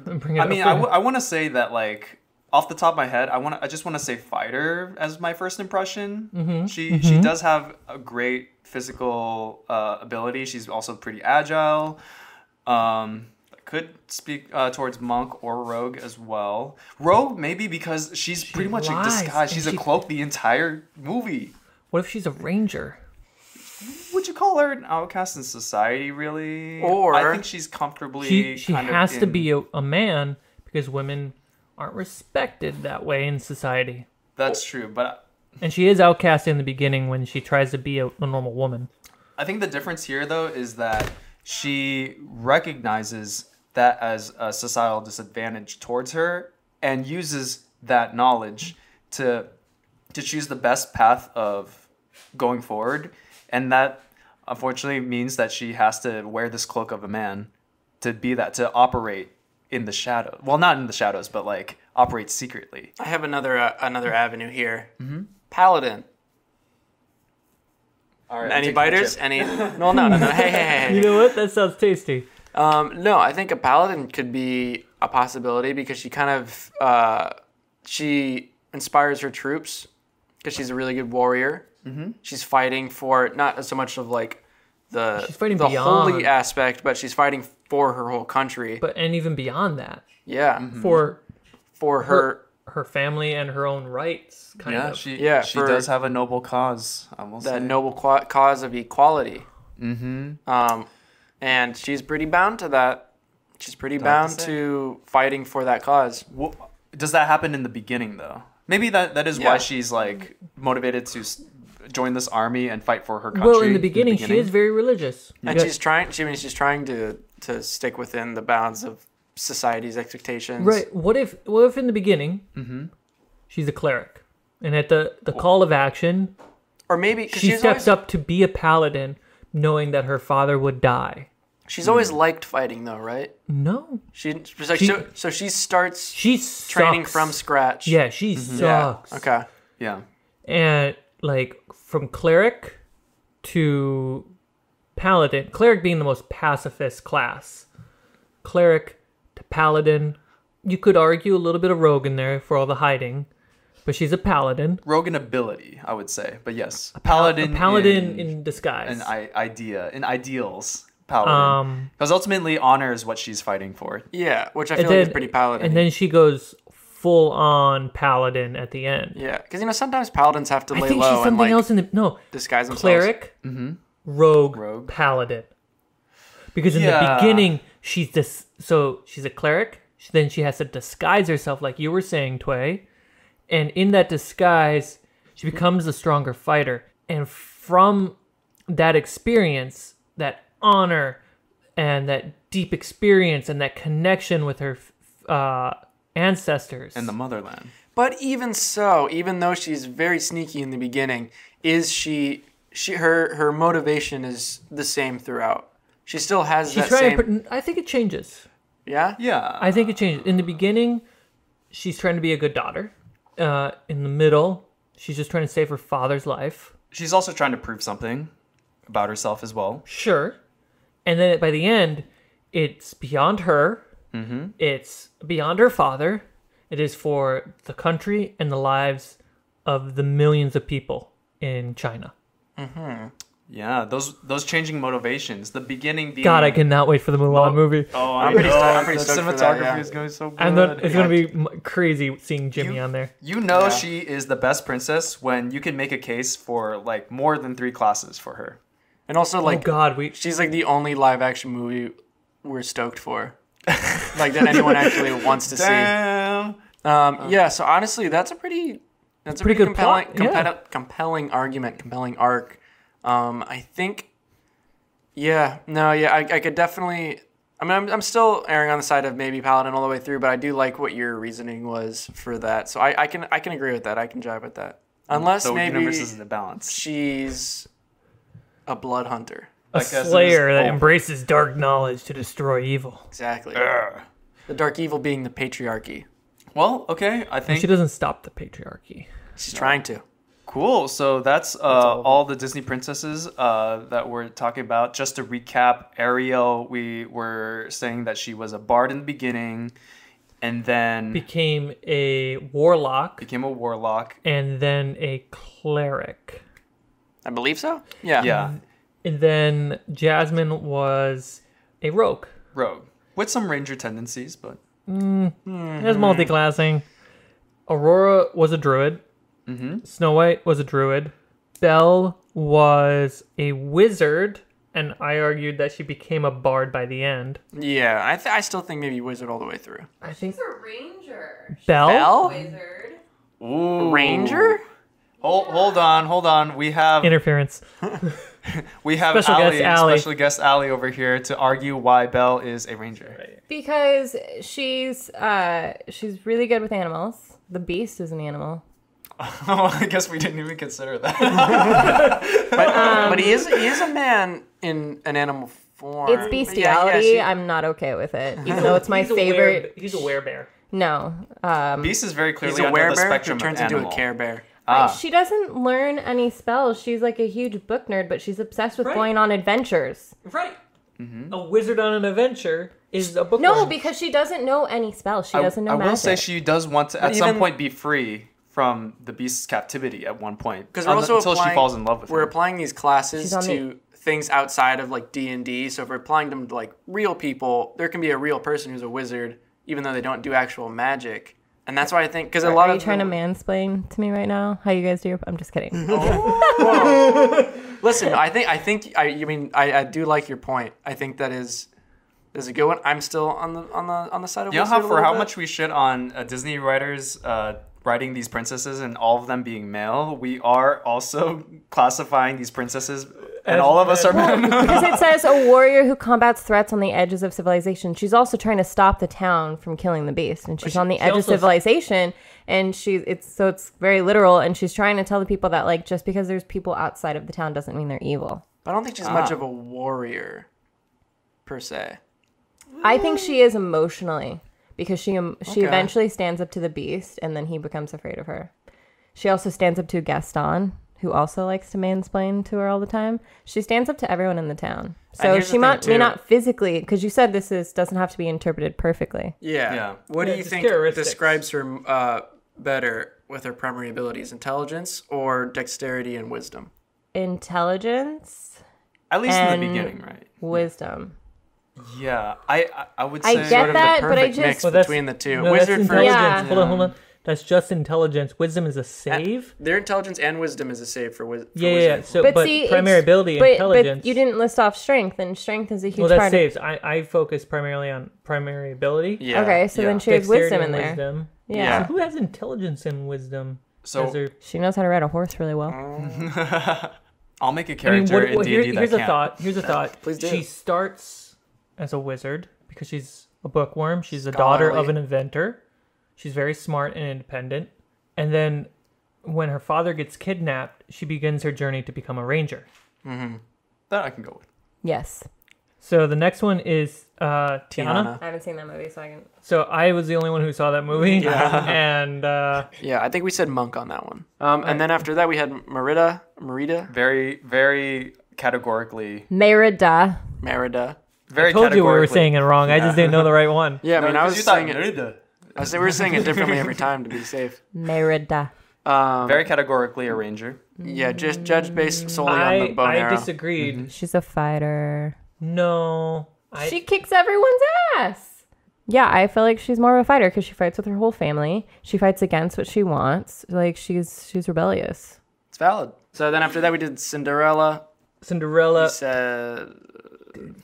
S4: I'm
S1: Bring it
S4: I
S1: up
S4: mean,
S1: for
S4: I,
S1: him.
S4: w- I want to say that like off the top of my head, I want to I just want to say fighter as my first impression.
S1: Mm-hmm.
S4: She she does have a great physical uh, ability. She's also pretty agile. Um, could speak uh, towards monk or rogue as well. Rogue maybe because she's pretty much a
S1: lies, and
S4: disguise. She's a
S1: she-
S4: cloak the entire movie.
S1: what if she's a ranger?
S4: Would you call her an outcast in society? Really? I
S2: Or-
S4: think she's comfortably.
S1: She she
S4: kind of
S1: has to
S4: in-
S1: be a, a man because women aren't respected that way in society.
S4: That's true, but
S1: And she is outcast in the beginning when she tries to be a, a normal woman.
S4: I think the difference here, though, is that she recognizes that as a societal disadvantage towards her and uses that knowledge to to choose the best path of going forward, and that unfortunately means that she has to wear this cloak of a man to be that to operate in the shadow. Well, not in the shadows, but like operate secretly.
S2: I have another uh, another avenue here. Paladin.
S4: All right,
S2: Any biters? Any? No, no, no, no. Hey, hey, hey,
S1: You
S2: hey.
S1: know what? That sounds tasty.
S2: Um, no, I think a paladin could be a possibility because she kind of uh, she inspires her troops because she's a really good warrior. Mm-hmm. She's fighting for not so much of like the
S1: She's fighting
S2: the holy
S1: beyond.
S2: aspect, but she's fighting for her whole country.
S1: But Mm-hmm. and even beyond that,
S2: yeah,
S4: Mm-hmm.
S1: for
S2: for her.
S1: her family and her own rights, kind
S4: Yeah,
S1: of.
S4: she
S2: Yeah,
S4: she
S2: for-
S4: does have a noble cause. I will
S2: that
S4: say.
S2: noble qua cause of equality. Mm-hmm. Um, and she's pretty bound to that. She's pretty bound
S4: say.
S2: to fighting for that cause.
S4: Wha- does that happen in the beginning though? Maybe that that is
S2: Yeah.
S4: why she's like motivated to s- join this army and fight for her country.
S1: well, in the, beginning, she is very religious.
S2: And
S1: Yeah.
S2: she's trying. She I mean she's trying to to stick within the bounds of society's expectations.
S1: right. What if? What if in the beginning,
S4: Mm-hmm.
S1: she's a cleric, and at the
S4: Oh.
S1: the call of action,
S2: Or maybe 'cause
S1: she
S2: she's
S1: steps
S2: always,
S1: up to be a paladin, knowing that her father would die.
S2: She's always liked fighting though, right?
S1: No,
S2: She, she's like,
S1: She-
S2: so, so she starts
S1: she
S2: training
S1: sucks.
S2: from scratch.
S1: Yeah, she
S2: Yeah.
S1: sucks.
S2: Okay.
S4: Yeah.
S1: and like from cleric to paladin cleric being the most pacifist class cleric to paladin you could argue a little bit of rogue in there for all the hiding but she's a paladin
S4: Rogan ability, I would say, but yes,
S1: a
S4: paladin,
S1: paladin in,
S4: in,
S1: disguise
S4: an i- idea, in ideals, paladin,
S1: Um,
S4: because ultimately honor is what she's fighting for.
S2: Yeah, which I feel
S1: and
S2: like
S1: then,
S2: is pretty paladin.
S1: and then she goes full on paladin at the end
S2: yeah, because you know sometimes paladins have to
S1: i
S2: lay
S1: think
S2: low
S1: she's something
S2: and like Mm-hmm.
S1: else in the no
S2: disguise themselves.
S1: cleric, rogue,
S4: Rogue.
S1: paladin. Because in the
S4: Yeah.
S1: beginning, she's this. So she's a cleric. sh- Then she has to disguise herself, like you were saying, Tway. And in that disguise, she becomes a stronger fighter. And from that experience, that honor, and that deep experience, and that connection with her f- uh, ancestors,
S4: In the motherland,
S2: But even so, even though she's very sneaky in the beginning, is she she her her motivation is the same throughout. She still has
S1: she's
S2: that same
S1: trying to put. I think it changes.
S2: yeah?
S4: yeah,
S1: I think it changes. In the beginning, she's trying to be a good daughter. Uh, in the middle, she's just trying to save her father's life.
S4: she's also trying to prove something about herself as well.
S1: Sure. And then by the end, it's beyond her. Mm-hmm. It's beyond her father. It is for the country and the lives of the millions of people in China.
S4: Yeah, those those changing motivations. The beginning being
S1: God, I cannot wait for the Mulan movie.
S4: Oh, I
S2: I'm pretty
S4: know,
S2: sto- I'm pretty
S4: the
S2: stoked for
S4: cinematography
S2: that, yeah.
S4: is going so good.
S1: And then it's gonna be m- crazy seeing Jimmy
S4: You-
S1: on there.
S4: You know
S2: Yeah.
S4: she is the best princess when you can make a case for like more than three classes for her.
S2: And also
S1: Oh
S2: like
S1: God, we
S2: she's like the only live action movie we're stoked for. like that anyone actually wants to see.
S4: Damn.
S2: Um, yeah, so honestly, that's a pretty that's a pretty,
S1: Pretty good
S2: compelling
S1: plot, yeah.
S2: competi- compelling argument, compelling arc. Um, I think yeah, no, yeah, I, I could definitely I mean, I'm, I'm still erring on the side of maybe Paladin all the way through, but I do like what your reasoning was for that. So I, I can I can agree with that. I can jive with that.
S1: Mm-hmm.
S2: Unless
S4: The
S2: maybe
S4: universe isn't a balance.
S2: she's a blood hunter.
S1: a
S4: I guess it is-
S1: slayer that
S4: oh.
S1: embraces dark knowledge to destroy evil.
S2: Exactly. The dark evil being the patriarchy.
S4: Well, okay, I
S1: She
S4: think
S1: doesn't stop the patriarchy.
S2: She's trying to.
S4: cool. So that's, uh, all the Disney princesses uh, that we're talking about. Just to recap, Ariel, we were saying that she was a bard in the beginning, and then
S1: became a warlock
S4: became a warlock.
S1: and then a cleric.
S2: I believe so. Yeah.
S4: Yeah,
S1: And then Jasmine was a rogue.
S4: rogue with some ranger tendencies, but
S1: That's multi-classing. Aurora was a druid. Snow White was a druid. Belle was a wizard, and I argued that she became a bard by the end.
S2: Yeah. I, th- I still think maybe wizard all the way through.
S1: I think
S5: She's a ranger. She's
S2: Oh.
S1: Belle.
S5: a
S2: Belle?
S5: wizard.
S4: Ooh.
S2: Ranger?
S4: Hold, hold on, hold on. We have
S1: Interference.
S4: we have
S1: Special guest
S4: Ally,
S1: Ally.
S4: special guest Allie over here to argue why Belle is a ranger.
S5: Because she's uh she's really good with animals. The beast is an animal.
S4: Oh, I guess we didn't even consider that.
S2: But, um, but he is he is a man in an animal form.
S5: It's
S2: But
S5: bestiality.
S2: Um, Yeah, yeah,
S5: I'm not okay with it. Even though it's my
S1: He's a
S5: favorite.
S1: were- he's a werebear.
S5: No. Um,
S4: Beast is very clearly
S2: she, he's a
S4: under the
S2: werebear who
S4: spectrum
S2: turns
S4: of
S2: into
S4: animal.
S2: a care bear.
S4: Ah.
S5: She doesn't learn any spells. She's like a huge book nerd, but she's obsessed with
S1: Right.
S5: going on adventures.
S1: Right. A wizard on an adventure is a bookworm.
S5: No, because she doesn't know any spells. She doesn't know
S4: I will
S5: magic.
S4: say she does want to at some
S2: even-
S4: point be free from the beast's captivity at one point.
S2: 'Cause we're
S4: un-
S2: also
S4: until she
S2: applying-
S4: falls in love with
S2: We're
S4: him.
S2: applying these classes
S5: She's on
S2: to things outside of like D and D. So if we're applying them to like real people, there can be a real person who's a wizard, even though they don't do actual magic. And that's why I think because a lot
S5: Are you
S2: of
S5: trying to
S2: the-
S5: mansplain to me right now? How you guys do your? I'm just kidding.
S2: Listen, I think I think I you mean I, I do like your point. I think that is is a good one. I'm still on the on the on the side of
S4: You know
S2: Wizard
S4: how
S2: a
S4: for
S2: little
S4: how
S2: bit.
S4: much we shit on uh, Disney writers uh, writing these princesses and all of them being male. We are also classifying these princesses, and all of us are men.
S5: Because it says a warrior who combats threats on the edges of civilization. She's also trying to stop the town from killing the beast, and she's on the
S1: she
S5: edge of
S1: also-
S5: civilization. And she, it's so it's very literal, and she's trying to tell the people that like just because there's people outside of the town doesn't mean they're evil.
S2: But I don't think she's
S1: Ah.
S2: much of a warrior per se.
S5: I think she is emotionally because she um, she
S2: Okay.
S5: eventually stands up to the beast, and then he becomes afraid of her. She also stands up to Gaston, who also likes to mansplain to her all the time. She stands up to everyone in the town, so
S2: here's the
S5: she
S2: thing,
S5: might,
S2: too.
S5: may not physically, because you said this is doesn't have to be interpreted perfectly.
S2: Yeah.
S4: Yeah.
S2: What
S1: Yeah,
S2: do you
S1: just
S2: think
S1: characteristics.
S2: describes her uh, better with her primary abilities, intelligence or dexterity and wisdom?
S5: Intelligence,
S4: at least in the
S5: And-
S4: beginning, right?
S5: wisdom.
S4: Yeah, I I, I would
S5: I
S4: say
S5: get
S2: Sort of
S5: that,
S2: the
S5: but I
S2: perfect
S5: just-
S2: mix
S1: Well, that's-
S2: between the two.
S1: No,
S2: Wizard
S1: that's
S2: for
S1: intelligence.
S5: Yeah.
S1: Hold on, hold on. That's just intelligence. Wisdom is a save.
S2: their intelligence and wisdom is a save for, wiz- for
S1: yeah, yeah, yeah.
S2: wizard.
S1: So, but,
S5: But, see, it's-
S1: primary ability,
S5: but,
S1: intelligence.
S5: But you didn't list off strength, and strength is a huge
S1: Well, that
S5: part.
S1: saves. I, I focus primarily on primary ability.
S5: Of, okay, so then she has
S1: Dexterity
S5: wisdom in
S1: and
S5: there.
S1: Wisdom.
S5: Yeah.
S4: Yeah.
S1: So who has intelligence and wisdom?
S4: So-
S1: As their-
S5: she knows how to ride a horse really well.
S4: I'll make a
S1: I mean,
S4: character
S1: what- what-
S4: in
S1: here-
S4: D&D that
S1: here's a
S4: can't.
S1: thought. Here's a thought.
S2: Please do.
S1: She starts as a wizard because she's a bookworm. She's a daughter of
S2: Scholarly.
S1: an inventor. She's very smart and independent. And then, when her father gets kidnapped, she begins her journey to become a ranger.
S4: That I can go with.
S5: Yes,
S1: So the next one is uh, Tiana.
S2: Tiana.
S5: I haven't seen that movie, so I can.
S1: So I was the only one who saw that movie, and uh,
S2: Yeah, I think we said monk on that one. Um, and then after that we had Merida, Merida,
S4: Very very categorically.
S5: Merida.
S2: Merida.
S4: Very
S1: I told you we were
S4: categorically.
S1: saying it wrong. I just didn't know the right one.
S2: Yeah, I mean I was
S4: you thought
S2: saying it, I was saying we were saying it differently every time to be safe.
S5: Merida.
S2: Um,
S4: very categorically a ranger.
S2: yeah, just judged based solely on the
S1: I,
S2: bone
S1: I
S2: arrow.
S1: disagreed.
S5: She's a fighter.
S1: No, I,
S5: she kicks everyone's ass. Yeah, I feel like she's more of a fighter because she fights with her whole family. She fights against what she wants. Like she's she's rebellious.
S2: It's valid. So then after that we did Cinderella.
S1: Cinderella.
S2: Said,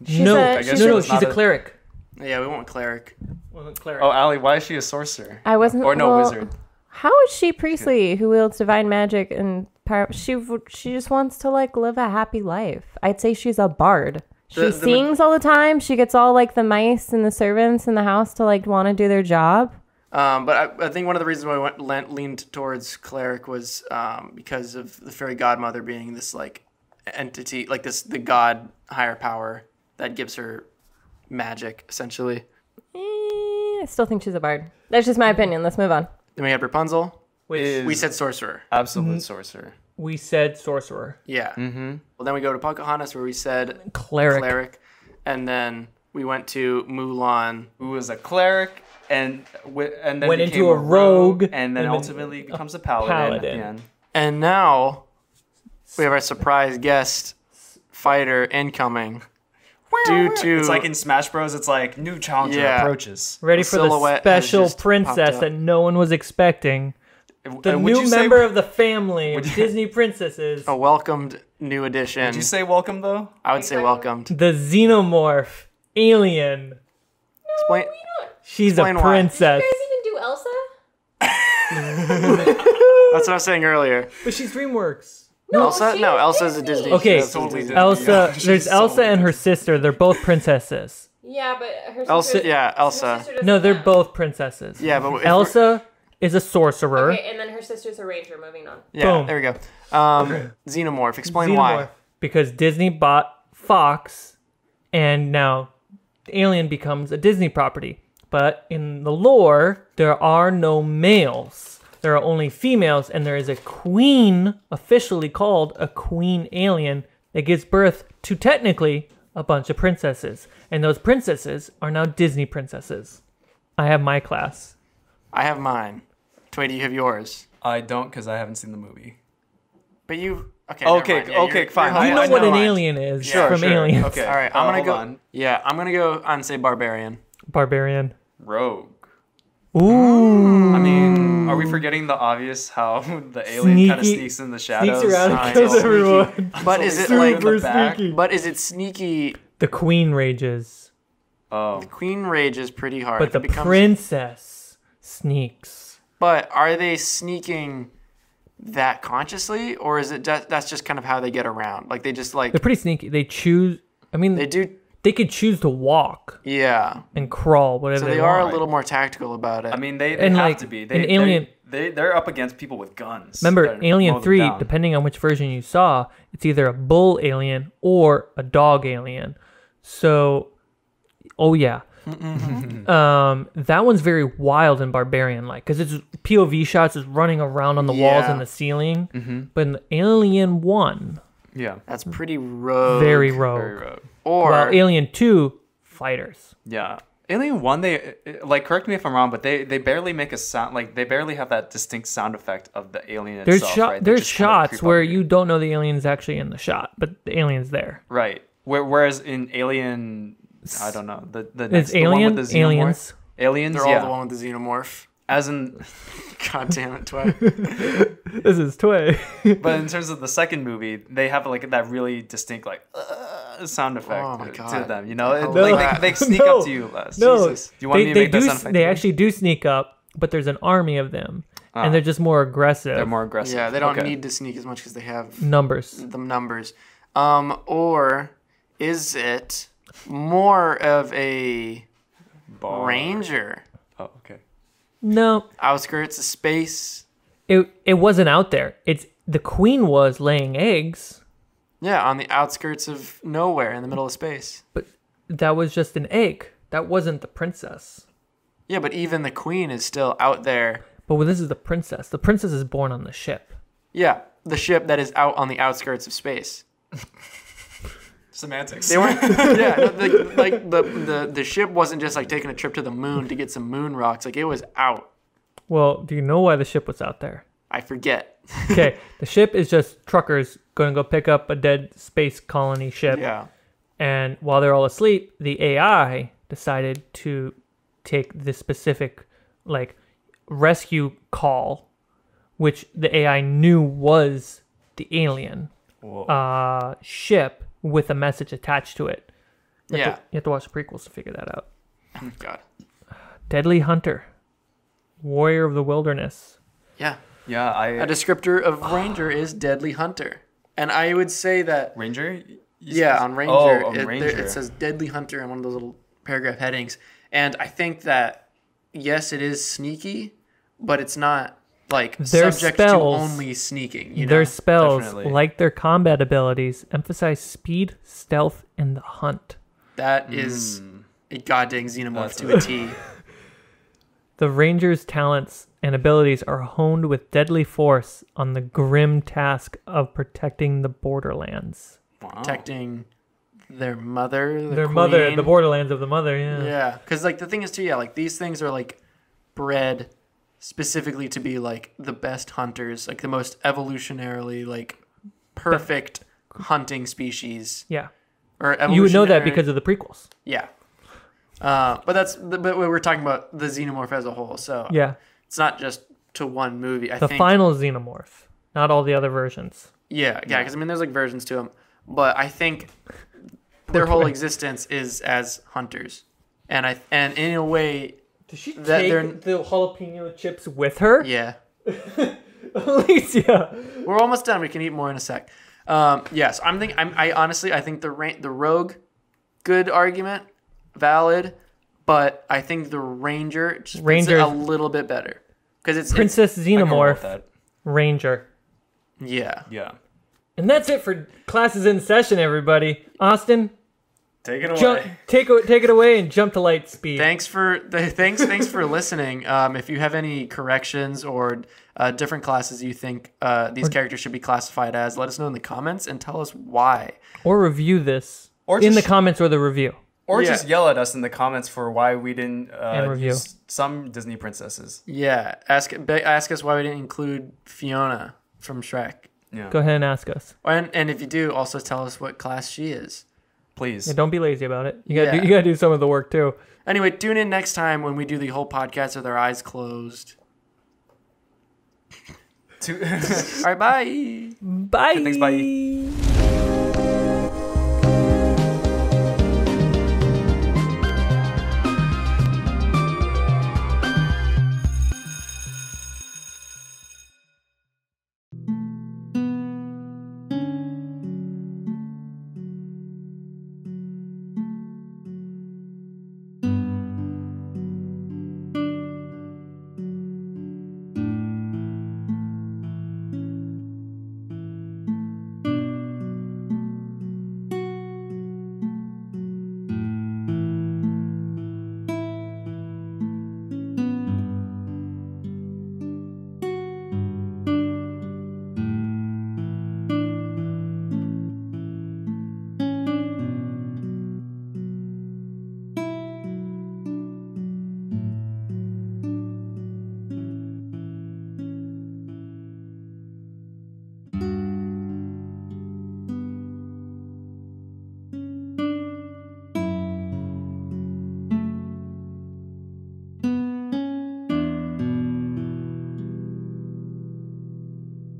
S5: She's
S1: no,
S5: a-
S1: no,
S5: she's
S1: no,
S5: a-
S1: she's a cleric.
S2: yeah, we want cleric.
S1: Wasn't cleric.
S4: Oh, Allie, why is she a sorcerer?
S5: I wasn't.
S4: or no
S5: well,
S4: wizard.
S5: How is she priestly who wields divine magic and power? She v- she just wants to like live a happy life. I'd say she's a bard. She
S2: The- the ma-
S5: sings all the time. She gets all like the mice and the servants in the house to like want to do their job.
S2: Um, but I, I think one of the reasons why I went, le- leaned towards cleric was um, because of the fairy godmother being this like entity, like this the god higher power that gives her magic essentially.
S5: Eh, I still think she's a bard. That's just my opinion. Let's move on.
S2: Then we had Rapunzel.
S1: Which
S4: Is
S2: We said sorcerer.
S1: Mm-hmm.
S4: absolute sorcerer.
S1: we said sorcerer,
S2: Yeah. Mm-hmm. Well, then we go to Pocahontas where we said
S1: cleric.
S2: cleric, and then we went to Mulan.
S4: Who was a cleric and wi- and then
S1: Went
S4: became
S1: into a rogue,
S4: and then
S1: and
S4: ultimately becomes a paladin,
S1: paladin.
S4: at the end.
S2: And now we have our surprise guest fighter incoming. Due to
S4: It's like in Smash Bros. It's like new challenger
S2: Yeah.
S4: approaches.
S1: Ready
S2: The
S1: for the
S2: silhouette has
S1: special
S2: just popped
S1: princess
S2: up.
S1: that no one was expecting. The
S4: And would
S1: new
S4: you say-
S1: member of the family of Disney princesses,
S2: a welcomed new addition.
S4: Did you say welcome though?
S2: I would say welcomed.
S1: the xenomorph alien.
S2: Explain.
S1: She's
S2: Explain
S1: a
S2: why.
S1: princess,
S5: even do Elsa?
S2: That's what I was saying earlier.
S1: but she's DreamWorks.
S4: Oh,
S2: Elsa? No, Elsa's a Disney.
S1: Okay,
S2: That's Disney.
S4: Totally Disney.
S1: Elsa,
S4: Yeah.
S1: there's Elsa and her sister. They're both princesses.
S5: Yeah, but her
S2: Elsa. Yeah, Elsa.
S1: No, they're both princesses.
S2: Yeah, but if we're-
S1: Elsa is a sorcerer.
S5: and then her sister's a ranger. Moving on.
S2: Yeah,
S1: Boom.
S2: there we go. Um, Xenomorph. Explain why.
S1: Xenomorph. Because Disney bought Fox, and now Alien becomes a Disney property. But in the lore, there are no males. There are only females, and there is a queen, officially called a queen alien, that gives birth to technically a bunch of princesses. And those princesses are now Disney princesses. I have my class.
S2: I have mine. Tway, do you have yours?
S4: I don't because I haven't seen the movie.
S2: But you okay?
S4: Okay,
S2: never mind. Yeah,
S4: okay,
S2: you're-
S4: fine.
S2: you're
S4: You
S1: You
S2: home-
S1: know
S4: I
S1: what
S4: know
S1: an
S2: mind.
S1: alien is
S2: Sure,
S1: from
S4: sure.
S1: Aliens.
S4: Okay.
S2: All right,
S4: Uh,
S2: I'm gonna
S4: hold
S2: go.
S4: on.
S2: Yeah, I'm gonna go on say barbarian.
S1: Barbarian.
S4: Rogue.
S1: Ooh.
S4: I mean, are we forgetting the obvious? How the alien kind of
S1: Sneaky-
S4: sneaks in the shadows,
S1: Sneaks around
S4: I
S1: and kills
S4: know.
S1: everyone.
S2: But is it
S4: Super
S2: like?
S4: the
S1: Super
S4: back.
S1: sneaky.
S2: But is it sneaky?
S1: The queen rages,
S4: Oh,
S2: Queen rage is pretty hard.
S1: but the
S2: It becomes-
S1: princess sneaks.
S2: But are they sneaking that consciously, or is it just, that's just kind of how they get around? Like they just like
S1: They're pretty sneaky. They choose. I mean,
S2: they
S1: they,
S2: do.
S1: could choose to walk
S2: Yeah.
S1: and crawl, whatever
S2: So
S1: they,
S2: they are a
S1: want.
S2: little more tactical about it.
S4: I mean, they, they
S1: And,
S4: have
S1: like,
S4: to be. They,
S1: an
S4: they-
S1: alien-
S4: They, they are up against people with guns.
S1: Remember,
S4: They're
S1: Alien
S4: mowed
S1: 3,
S4: down.
S1: depending on which version you saw, it's either a bull alien or a dog alien. So, oh yeah. um, that one's very wild and barbarian like because it's POV shots, it's running around on the walls
S2: Yeah.
S1: and the ceiling. But in Alien 1,
S4: Yeah.
S2: that's pretty rogue.
S1: very rogue.
S4: Very rogue.
S2: Or
S1: While Alien 2, fighters.
S4: Yeah. Alien One, they like correct me if I'm wrong, but they they barely make a sound like they barely have that distinct sound effect of the alien
S1: There's,
S4: itself.
S1: shot,
S4: right? They
S1: there's
S4: just kinda creep
S1: shots
S4: up
S1: where
S4: on
S1: you don't know the alien's actually in the shot, but the alien's there.
S4: right. Where, whereas in Alien, I don't know the the next
S1: It's
S4: the one
S1: Alien,
S4: with the xenomorph-
S1: Aliens.
S4: aliens,
S2: they're
S4: yeah.
S2: all the one with the xenomorph.
S4: As in,
S2: God damn it, Twilight.
S1: This is Tway.
S4: but in terms of the second movie, they have like that really distinct like uh, sound effect
S2: Oh my
S4: to
S2: God.
S4: them. You know, It-
S2: No.
S4: like they, they sneak
S1: No.
S4: up to you. Less.
S1: No,
S4: Jesus. Do you want
S1: they,
S4: me to
S1: they
S4: make
S1: do.
S4: that sound
S1: s-
S4: effect?
S1: they
S4: again?
S1: actually do sneak up, but there's an army of them, and they're just more aggressive.
S4: Ah. they're more aggressive.
S2: yeah, they don't
S4: Okay.
S2: need to sneak as much because they have
S1: numbers.
S2: the numbers. Um, or is it more of a
S4: Bar.
S2: ranger
S4: Oh, okay.
S1: No,
S2: outskirts of space?
S1: it it wasn't out there. It's the queen was laying eggs,
S2: Yeah, on the outskirts of nowhere in the middle of space.
S1: but that was just an egg. That wasn't the princess.
S2: Yeah, but even the queen is still out there.
S1: But well, this is the princess. The princess is born on the ship.
S2: Yeah, the ship that is out on the outskirts of space.
S4: Semantics.
S2: They weren't. yeah, no, the, like the, the the ship wasn't just like taking a trip to the moon to get some moon rocks. Like it was out.
S1: Well, do you know why the ship was out there?
S2: I forget.
S1: Okay, the ship is just truckers going to go pick up a dead space colony ship.
S2: Yeah.
S1: And while they're all asleep, the AI decided to take this specific like rescue call, which the AI knew was the alien uh, ship with a message attached to it. You have
S2: Yeah. Oh,
S1: to- you have to watch the prequels to figure that out.
S2: God.
S1: Deadly Hunter, Warrior of the Wilderness.
S2: Yeah.
S4: Yeah, I
S2: A descriptor of ranger is deadly hunter, and I would say that
S4: ranger. You
S2: yeah
S4: said-
S2: on ranger,
S4: Oh, on
S2: it, there-
S4: ranger.
S2: it says deadly hunter in one of those little paragraph headings, and I think that yes, it is sneaky, but it's not like
S1: Their
S2: subject
S1: spells-
S2: to only sneaking. You know,
S1: their spells,
S4: definitely.
S1: like their combat abilities, emphasize speed, stealth, and the hunt.
S4: Hmm.
S2: that is a goddamn xenomorph to a T.
S4: Oh.
S1: The ranger's talents and abilities are honed with deadly force on the grim task of protecting the borderlands.
S2: protecting their mother, the
S1: Their mother,
S2: queen.
S1: the borderlands of the mother, yeah.
S2: Yeah, because like the thing is too, yeah, like these things are like bred specifically to be like the best hunters, like the most evolutionarily like perfect hunting species.
S1: Yeah.
S2: Or
S1: You would know that
S2: evolutionary-
S1: because of the prequels.
S2: yeah. Uh, but that's but we're talking about the xenomorph as a whole, so
S1: Yeah.
S2: it's not just to one movie. I
S1: The
S2: think
S1: final xenomorph, not all the other versions.
S2: Yeah, yeah, because I mean, there's like versions to them, but I think their whole existence is as hunters, and I and in a way,
S1: Does she
S2: That take they're-
S1: the jalapeno chips with her?
S2: yeah,
S1: Alicia.
S2: we're almost done. We can eat more in a sec. Um, yes, I'm think I'm, I honestly I think the ra- the rogue, good argument, valid, but I think the ranger just fits it
S1: Ranger's-
S2: a little bit better because it's, it's
S1: Princess
S4: I can roll with
S1: Xenomorph,
S4: that.
S1: Ranger.
S2: yeah.
S4: Yeah.
S1: And that's it for classes in session, everybody. Austin,
S4: Take it away.
S1: jump, take, o- take it away and jump to light speed.
S2: Thanks for th- thanks thanks for listening. Um, if you have any corrections or uh, different classes you think uh, these characters should be classified as, let us know in the comments and tell us why.
S1: or review this
S4: Or
S1: in the
S4: just-
S1: comments or the review.
S4: or
S2: Yeah.
S4: just yell at us in the comments for why we didn't
S1: And
S4: uh,
S1: review.
S4: use some Disney princesses.
S2: Yeah, ask be- ask us why we didn't include Fiona from Shrek.
S4: Yeah,
S1: Go ahead and ask us.
S2: And and if you do, also tell us what class she is.
S4: please.
S1: Yeah, don't be lazy about it. You gotta
S2: Yeah.
S1: do, you gotta do some of the work too.
S2: Anyway, tune in next time when we do the whole podcast with our eyes closed.
S4: Two-
S2: All right, bye.
S1: Bye.
S4: Thanks, bye.